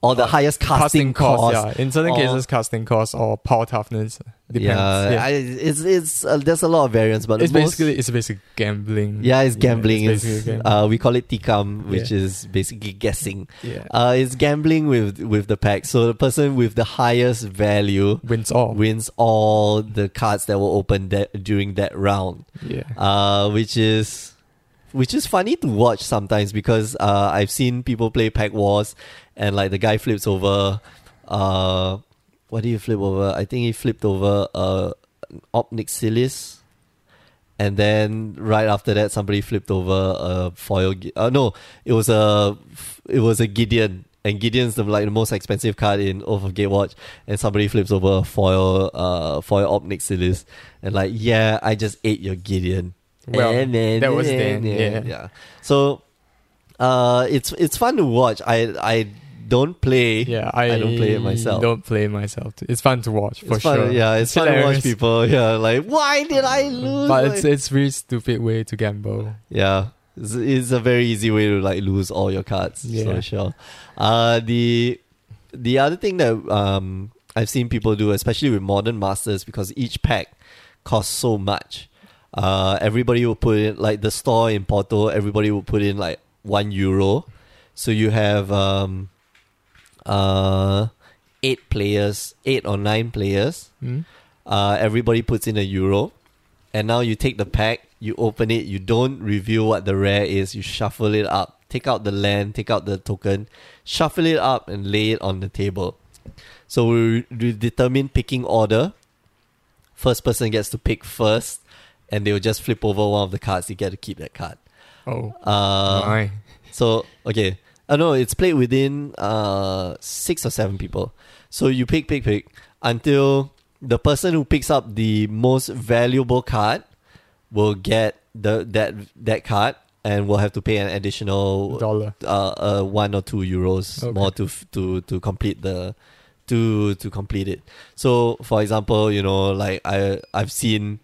or the highest casting, cost.
Yeah. In certain
or-
cases, casting cost or power toughness uh, depends.
Yeah,
Yeah.
I, it's it's uh, there's a lot of variance, but
it's
most-
basically it's basically gambling.
yeah, it's gambling.
it's
it's,
basically
uh, we call it tikam, which is basically guessing.
gambling. yeah.
Uh, it's gambling with with the pack. So the person with the highest value
wins all.
wins all the cards that were opened that, during that round,
yeah.
uh, which is which is funny to watch sometimes because uh, I've seen people play Pack Wars, and like the guy flips over, uh, what did he flip over? I think he flipped over uh, Opnixilis. And then right after that, somebody flipped over a foil. Gi- Uh, no, it was a it was a Gideon, and Gideon's the like the most expensive card in Oath of Gatewatch. And somebody flips over a foil uh foil Opnixilis, and like yeah, I just ate your Gideon.
Well,
Eh, man,
that was
eh,
then,
eh,
yeah.
yeah. So, uh, it's it's fun to watch. I I don't play.
Yeah, I,
I don't play it myself.
Don't play it myself. It's fun to watch for
it's fun,
sure.
Yeah, it's, fun to watch
hilarious.
people. Yeah, like why did I lose?
But
Like-
it's it's really stupid way to gamble.
Yeah. It's, it's a very easy way to like lose all your cards. Yeah.
Yeah.
So sure. Uh the the other thing that um I've seen people do, especially with modern masters, because each pack costs so much. Uh everybody will put in like the store in Porto, everybody will put in like one euro. So you have um uh eight players, eight or nine players
Hmm?
uh, everybody puts in a euro, and now you take the pack, you open it, you don't reveal what the rare is, you shuffle it up, take out the land, take out the token, shuffle it up, and lay it on the table. So we, we determine picking order. First person gets to pick first, and they will just flip over one of the cards. You get to keep that card.
Oh,
Uh,
my.
so okay, I know it's played within uh six or seven people. So you pick, pick, pick until the person who picks up the most valuable card will get the that that card and will have to pay an additional
dollar.
uh, uh one or two euros
Okay.
more to f- to to complete the to to complete it. So for example, you know, like I I've seen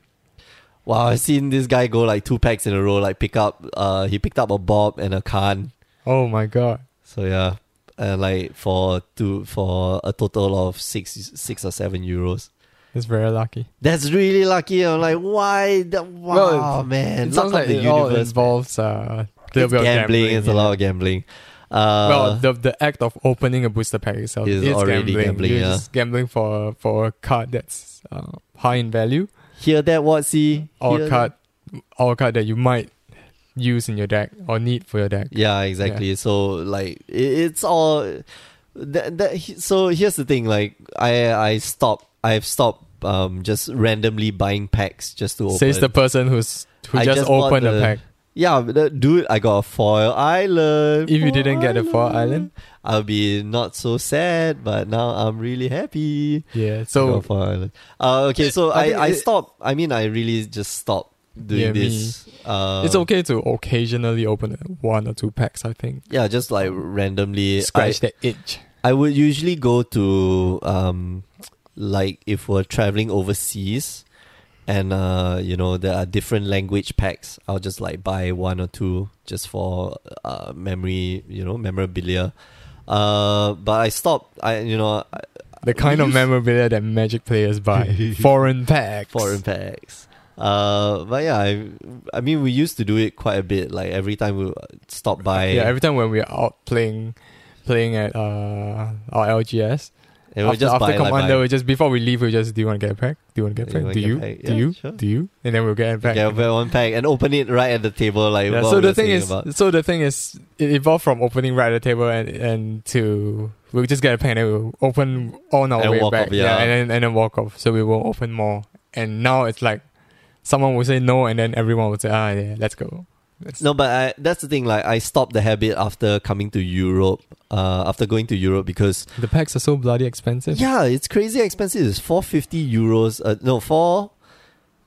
wow, I've seen this guy go like two packs in a row, like pick up uh he picked up a bob and a can.
Oh my god.
So yeah. And like for two for a total of six six or seven euros.
It's very lucky.
That's really lucky. I'm like, why? The, wow,
Well,
man! Luck
it sounds
of
like oh,
the
it all
universe.
involves uh,
It's
little bit of
gambling. It's a
yeah.
lot of gambling. Uh,
well, the the act of opening a booster pack itself
Is
is,
already
gambling.
gambling,
You're
yeah.
just gambling for for a card that's uh, high in value
hear that, Watsy?
or
Hear
a
that?
card or a card that you might use in your deck or need for your deck.
Yeah, exactly. So like it, it's all that, that he- so here's the thing like I I stop I've stopped um just randomly buying packs just to open.
Says the person who's who
I
just,
just bought
opened
the-
a pack.
yeah, but that- dude, I got a foil island.
If you didn't get the foil island?
I'll be not so sad, but now I'm really happy.
Yeah.
I
So
got foil island. Uh, okay, so
I
I,
think
I,
it-
stopped. I mean, I really just stopped doing
Yeah, me.
this. Uh,
it's okay to occasionally open one or two packs. I think
Yeah, just like randomly. I,
scratch that itch.
I would usually go to um like if we're traveling overseas and uh you know there are different language packs I'll just like buy one or two just for uh memory you know memorabilia uh but I stopped I you know I-
The kind of
use-
memorabilia that Magic players buy. Foreign packs.
foreign packs uh but yeah I I mean we used to do it quite a bit like every time we stop by
Yeah, every time when we're out playing playing at uh our LGS.
and we
after
just
after
buy, like,
Commander,
buy-
we just before we leave, we just do you want to get a pack? Do you want to get a
Yeah,
pack?
we
Do
get
you?
pack.
Do
Yeah,
you?
sure.
Do you? And then we'll get a pack.
get buy one pack and open it right at the table like
Yeah,
what
so
we
the
were
thing
saying
is,
about.
so the thing is, it evolved from opening right at the table and and to we'll just get a pen and we'll open on our
And
way
walk
back,
off, yeah.
and then and then walk off. So we will open more, and now it's like someone will say no, and then everyone will say ah yeah, let's go. It's-
No, but I, that's the thing. Like, I stopped the habit after coming to Europe, uh, after going to Europe because
The packs are so bloody expensive.
yeah, it's crazy expensive. It's four fifty euros. Uh, no, four,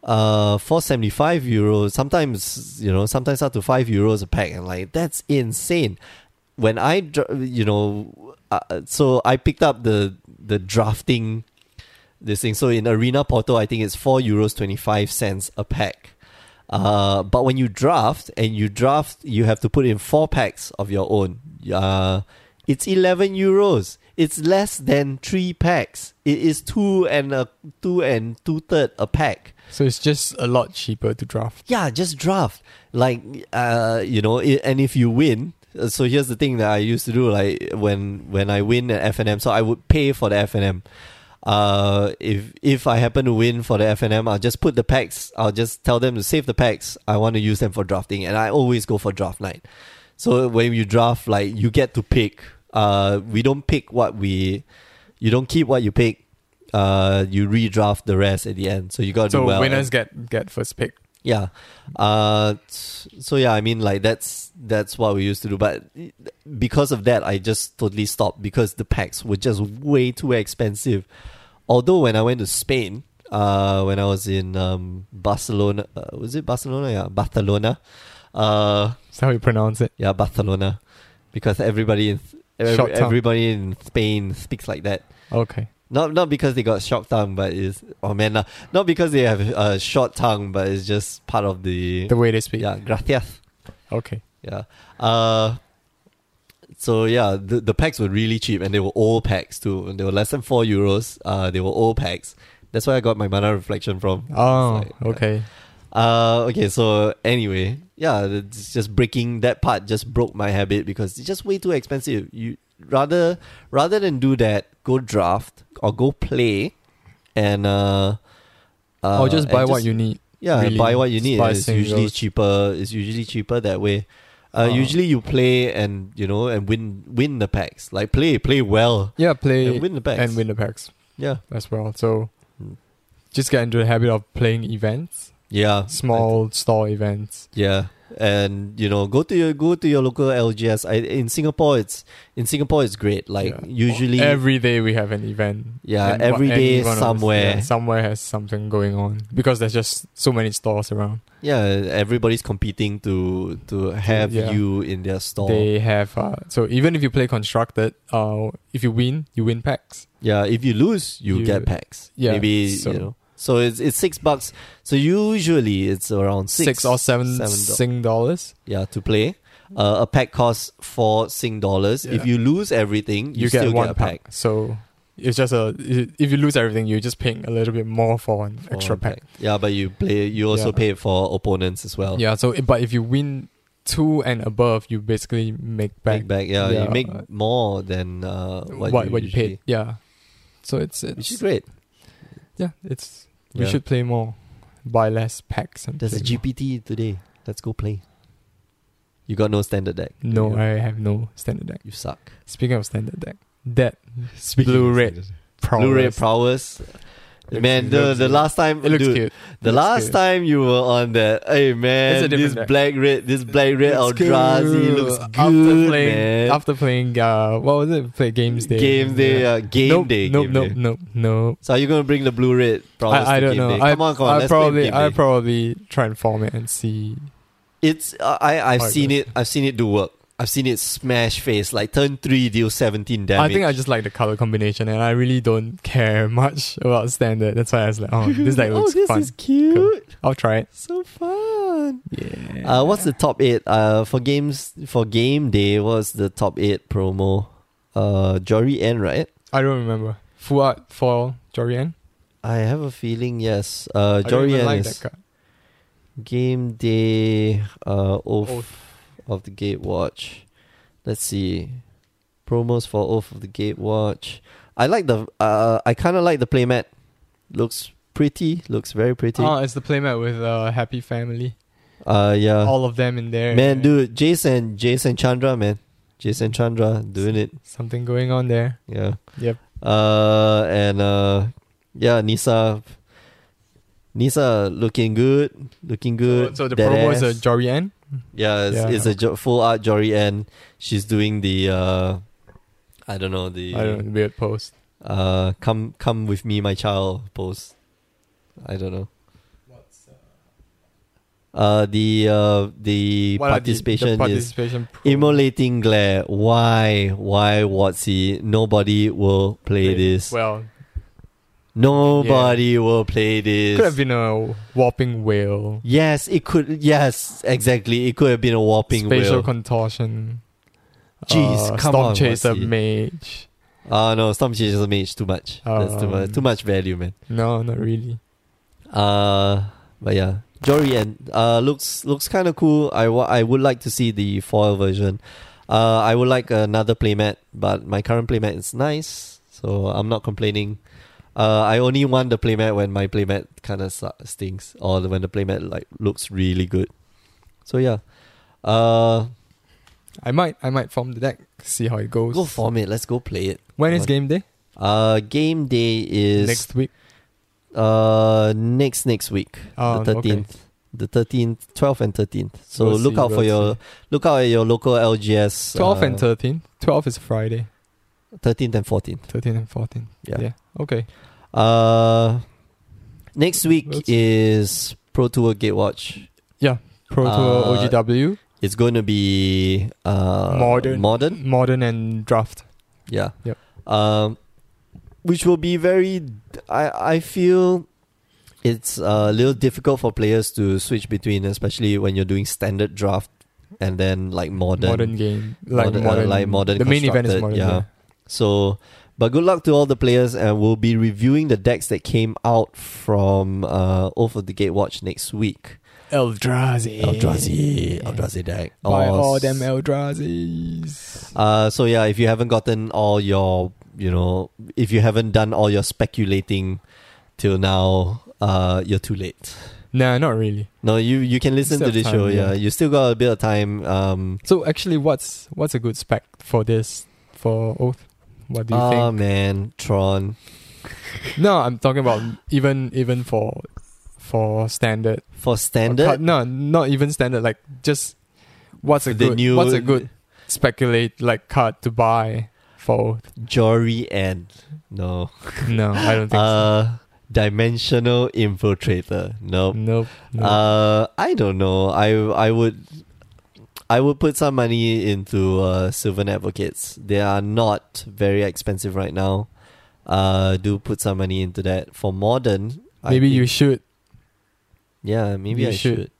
uh, four seventy five euros. Sometimes you know, sometimes up to five euros a pack, and like that's insane. When I, dra- you know, uh, so I picked up the the drafting, this thing. So in Arena Porto, I think it's four euros twenty five cents a pack. Uh, but when you draft and you draft, you have to put in four packs of your own. Uh, it's eleven euros. It's less than three packs. It is two and a two and two third a pack.
So it's just a lot cheaper to draft.
Yeah, just draft. Like, uh, you know, i and if you win, uh, so here's the thing that I used to do. Like when when I win at F and M, so I would pay for the F and M. Uh, if if I happen to win for the F and M, I'll just put the packs. I'll just tell them to save the packs. I want to use them for drafting, and I always go for draft night. So when you draft, like you get to pick. Uh, we don't pick what we, you don't keep what you pick. Uh, you redraft the rest at the end. So you got to
So
do well.
winners get get first pick.
Yeah. Uh s- so yeah, I mean like that's that's what we used to do but because of that I just totally stopped because the packs were just way too expensive. Although when I went to Spain, uh when I was in um Barcelona, uh, was it Barcelona? Yeah, Barcelona. Uh
That's how you pronounce it.
yeah, Barcelona because everybody in every-
Short tongue.
everybody in Spain speaks like that.
Okay.
Not not because they got short tongue, but it's oh man, nah, not because they have a uh, short tongue, but it's just part of the
The way they speak.
yeah, gracias.
Okay.
Yeah. Uh, so yeah, the, the packs were really cheap and they were old packs too. And They were less than four euros. Uh, they were old packs. That's where I got my mana reflection from.
Oh,
It's like-
okay.
Uh, okay. So anyway, yeah, it's just breaking that part just broke my habit because it's just way too expensive. You rather rather than do that, go draft or go play, and uh, uh
or just
and
buy what you need.
yeah,
really
buy what you need.
buy
and It's usually
singles.
cheaper. It's usually cheaper that way. Uh,
Ah.
Usually you play and you know and win win the packs. Like play play well
Yeah, play
and win the packs.
and win the packs
Yeah,
as well. So
Hmm.
just get into the habit of playing events,
yeah,
small store events.
yeah. And you know, go to your go to your local LGS. I, in Singapore, it's in Singapore, it's great. Like
Yeah.
usually,
every day we have an event.
yeah,
And wha-
every
any
day
one of us-
somewhere.
yeah, somewhere has something going on because there's just so many stores around.
yeah. everybody's competing to to have
Yeah.
you in their store.
They have uh, so even if you play constructed, uh, if you win, you win packs.
Yeah, if you lose, you,
You-
get packs.
yeah,
maybe
so-
you know. So it's it's six bucks. So usually it's around
Six,
six,
or seven,
do-
sing dollars.
yeah, to play. Uh, a pack costs four sing dollars. If
Yeah.
you lose everything, you,
You,
still
get one
get a pack.
pack. So it's just a if you lose everything, you just paying a little bit more for an
for
extra
one
pack.
Yeah, but you play. You also
Yeah.
pay for opponents as well.
Yeah. So but if you win two and above, you basically make back
Make back. Yeah,
Yeah.
you make more than uh,
what
what,
what you,
you,
paid.
usually-
Yeah. So it's it's
which is great.
yeah it's
Yeah.
we should play more, buy less packs and
There's a
play more.
GPT today. Let's go play. You got no standard deck. do
No,
you?
I have no standard deck.
you suck.
Speaking of standard deck, that
Speaking
Blue
of
red.
standards.
prowess,
Blu-ray prowess.
Looks-
man,
it
the,
looks-
the last time
it looks
dude,
cute.
The
Looks
last
good.
time you were on that, hey man,
different
this
deck.
black red, this black red
Looks
Eldrazi looks good,
after playing,
man.
After playing, uh, what was it? Play games day.
Game day,
Yeah.
uh, game
nope,
day,
Nope,
game
nope,
day.
nope, nope.
So are you gonna bring the blue red prowess
I, I
to
don't
game
know.
day?
I,
Come on, come on,
I
let's play
probably,
game
I
day.
probably try and form it and see.
it's uh, I I've
Alright,
seen
go.
it. I've seen it do work. I've seen it smash face like turn three deal seventeen damage.
I think I just like the color combination, and I really don't care much about standard. That's why I was like, oh, this like looks
oh, this
fun.
is cute.
I'll try it.
So fun.
Yeah.
Uh, what's the top eight? Uh, for games for game day, what's the top eight promo? Uh, Jory N, right?
I don't remember. Full art foil Jorian.
I have a feeling yes. Uh,
I don't even
Jorian
like
is
that card.
game day. Uh, oath,
Oath.
of the Gatewatch. Let's see, promos for Oath of the Gatewatch. I like the. Uh, I kind of like the playmat. Looks pretty. Looks very pretty.
Oh, it's the playmat with uh, Happy Family.
Uh, yeah.
All of them in there.
Man, dude, Jason, Jason Chandra, man, Jason Chandra doing it.
Something going on there.
Yeah.
Yep.
Uh, and uh, yeah, Nisa. Nisa looking good, looking good.
So, so the
dead
promo is a
ass.
Jorian.
Yeah, it's,
Yeah.
it's a jo- full art Jory and she's doing the uh I don't know the
I don't know, weird post.
uh come come with me my child pose. I don't know. Uh the uh the
What are the- the
participation is
participation pro-
immolating glare. Why why Watsy? Nobody will play
Wait,
this.
Well,
Nobody will play this.
could have been a whopping whale.
yes, it could. Yes, exactly. It could have been a whopping
Spatial
whale.
contortion.
Jeez,
uh,
come
Storm
on,
Chaser
Wasi.
Mage.
Oh no, Storm Chaser Mage too much. That's too much
Um,
too much value, man.
No, not really.
Uh but yeah. Jory and uh looks looks kinda cool. I wa- I would like to see the foil version. Uh I would like another playmat, but my current playmat is nice, so I'm not complaining. Uh I only want the playmat when my playmat kinda su- stinks or when the playmat like looks really good. So yeah. Uh
I might, I might form the deck. See how it goes.
go form it, let's go play it.
When is
on.
game day?
Uh game day is
Next week.
Uh, next next week,
Oh,
the
okay.
thirteenth, the thirteenth, twelfth and thirteenth. So
We'll
look
see,
out for
we'll
your
see.
look out at your local LGS.
12 and 13. 12 is Friday.
uh, thirteenth and fourteenth.
13 and 14.
Yeah.
Yeah. Okay.
Uh, next week
Let's-
is Pro Tour Gatewatch.
Pro
Uh,
Tour OGW.
It's going to be uh
Modern.
modern,
Modern and draft.
yeah,
Yep.
Um, which will be very. I I feel. It's a little difficult for players to switch between, especially when you're doing standard draft and then like
Modern,
modern.
game. Like
Modern,
modern.
uh, like modern
The main event is
constructed,
modern.
yeah. So, but good luck to all the players, and we'll be reviewing the decks that came out from uh, Oath of the Gatewatch next week.
Eldrazi.
Eldrazi, Eldrazi deck.
Buy
Or
all
s-
them Eldrazis.
Uh, so yeah, if you haven't gotten all your, you know, if you haven't done all your speculating till now, uh, you're too late.
Nah, not really.
No, you you can listen
Still
to this
time,
show. Yeah.
yeah.
you still got a bit of time. Um,
So actually, what's what's a good spec for this for Oath? What do you
oh
think?
man, Tron
No, I'm talking about even even for for standard.
for
Or
standard.
cut- no, not even standard. Like just what's a
the
good
new
what's a good speculate like card to buy for?
Jory and no.
No, I don't think
Uh, dimensional infiltrator.
so.
Nope.
Nope. nope.
Uh, I don't know. I I would I would put some money into uh, Sylvan Advocates. They are not very expensive right now. Uh, do put some money into that for modern. I
Maybe you
think-
should.
yeah. Maybe
you
I should.
should.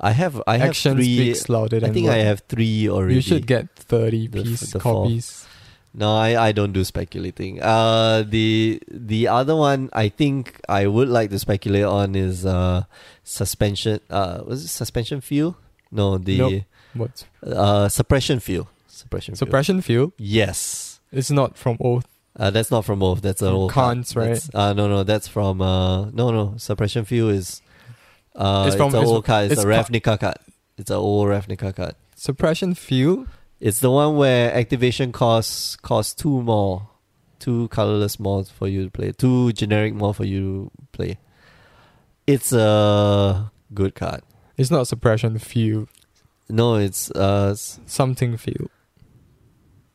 I have. I have
Action
three.
speaks louder than
I think
words.
I have three already.
You should get thirty
The f-
piece
the four.
copies.
No, I, I don't do speculating. Uh the the other one I think I would like to speculate on is uh suspension uh was it suspension feel? No, the
Nope. What
uh suppression feel. Suppression feel.
suppression field?
Yes.
It's not from Oath.
Uh, that's not from Wolf, that's an
From
old card.
Kant's, right?
That's- uh no no, that's from uh no no, suppression feel is uh
It's
it's,
from-
an
it's-
old card, it's,
it's
a
Ka-
Ravnica card. It's an old Ravnica card.
Suppression field.
It's the one where activation costs costs two more, two colorless more for you to play, two generic more for you to play. It's a good card.
It's not suppression field.
No, it's uh s-
Something field.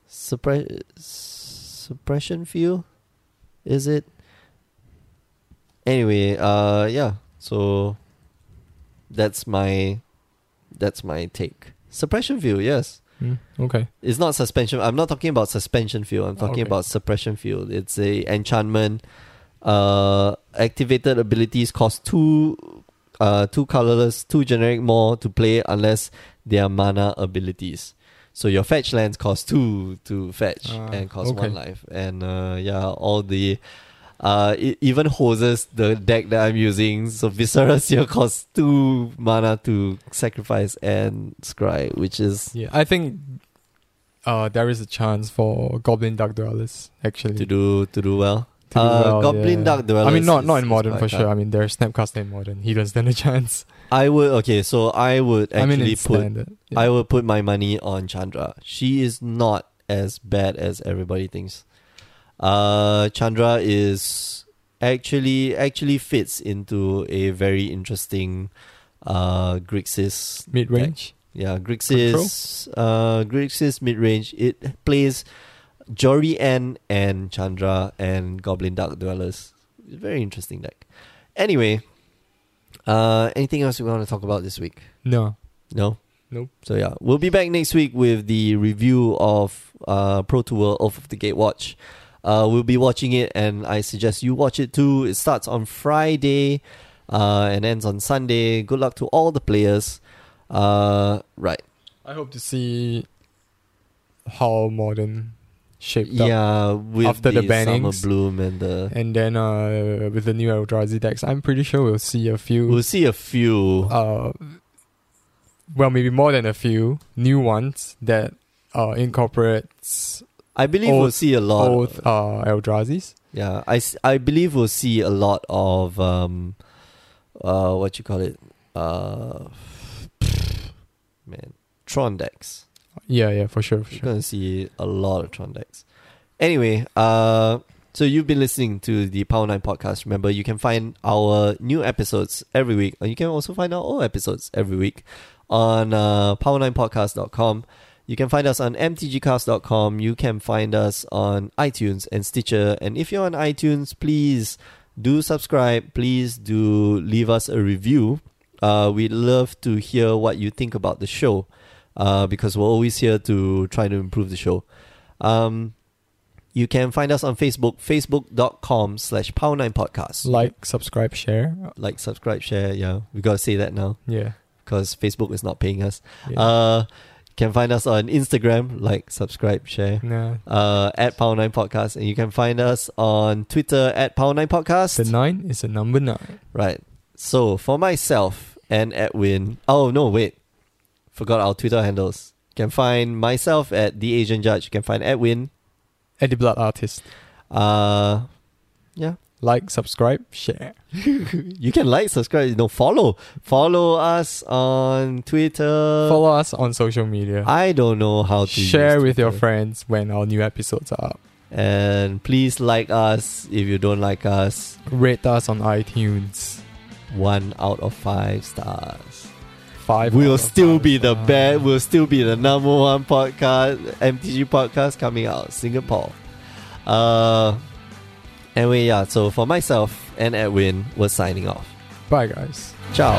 suppre- suppression view, is it? Anyway, uh, yeah. So that's my that's my take. Suppression view, yes.
Mm, okay.
It's not suspension. I'm not talking about suspension field. I'm talking
Okay.
about suppression field. It's a enchantment. Uh, activated abilities cost two, uh, two colorless, two generic more to play unless they are mana abilities. So your fetch lands cost two to fetch
Ah,
and cost
okay.
one life. And uh, yeah, all the. Uh, it even hoses the deck that I'm using. So Viscera Seer costs two mana to sacrifice and scry, which is
Yeah, I think uh, there is a chance for Goblin Dark Duelist actually
to do to do well.
to do
Uh,
well,
Goblin
yeah.
Dark
I mean,
Duelist
not
is-
not in
is
modern
quite
for sure.
hard.
I mean, there's Snapcaster in modern. He doesn't stand a chance.
I would okay, so I would
I mean,
actually
it's
put
standard. Yeah.
I would put my money on Chandra. She is not as bad as everybody thinks. Uh Chandra is actually actually fits into a very interesting uh Grixis
mid range.
yeah, Grixis uh Grixis mid range. It plays Jory N and Chandra and Goblin Dark Dwellers. Very interesting deck. Anyway, uh anything else we want to talk about this week?
No,
No?
Nope.
So yeah. We'll be back next week with the review of uh Pro Tour Oath of the Gate Watch. Uh we'll be watching it and I suggest you watch it too. It starts on Friday uh and ends on Sunday. Good luck to all the players. Uh right.
I hope to see how modern shaped up.
Yeah, with
After the
the, summer
bannings.
bloom and the
And then uh, with the new Eldrazi decks, I'm pretty sure we'll see a few.
we'll see a few.
uh, well, maybe more than a few new ones that uh, incorporates
I believe we'll
oath-
see a lot.
both uh, Eldrazi's.
Yeah, I, s- I believe we'll see a lot of um, uh, what you call it, uh, man, Tron decks.
Yeah, yeah, for sure, for
You're
sure.
gonna see a lot of Tron decks. Anyway, uh, so you've been listening to the Power Nine podcast. Remember, you can find our new episodes every week, and you can also find our old episodes every week on uh, power9podcast.com. You can find us on mtgcast.com. You can find us on iTunes and Stitcher. And if you're on iTunes, please do subscribe. Please do leave us a review. Uh, we'd love to hear what you think about the show uh, because we're always here to try to improve the show. Um, you can find us on Facebook, facebook.com slash power9podcast.
Like, subscribe, share. Uh,
Like, subscribe, share. Yeah, we got to say that now
Yeah.
because Facebook is not paying us.
yeah.
Uh, can find us on Instagram, like, subscribe, share,
Nah.
uh, at Power9 Podcast. And you can find us on Twitter at Power9
The
Podcast.
nine is a number nine.
right. So for myself and Edwin, oh no, wait, forgot our Twitter handles. You can find myself at The Asian Judge. You can find Edwin.
Eddie Blood Artist.
Uh,
Like, subscribe, share.
you can like, subscribe, no, follow. Follow us on Twitter.
Follow us on social media.
Uh, I don't know how to
share
use
with your
Twitter.
friends when our new episodes are up.
And please like us if you don't like us.
Rate us on iTunes.
One out of five stars.
Five. out
We'll
of
still
five
be the
stars.
best. We'll still be the number one podcast, MTG podcast coming out Singapore. Uh, anyway, yeah. So for myself and Edwin, we're signing off.
Bye, guys.
Ciao.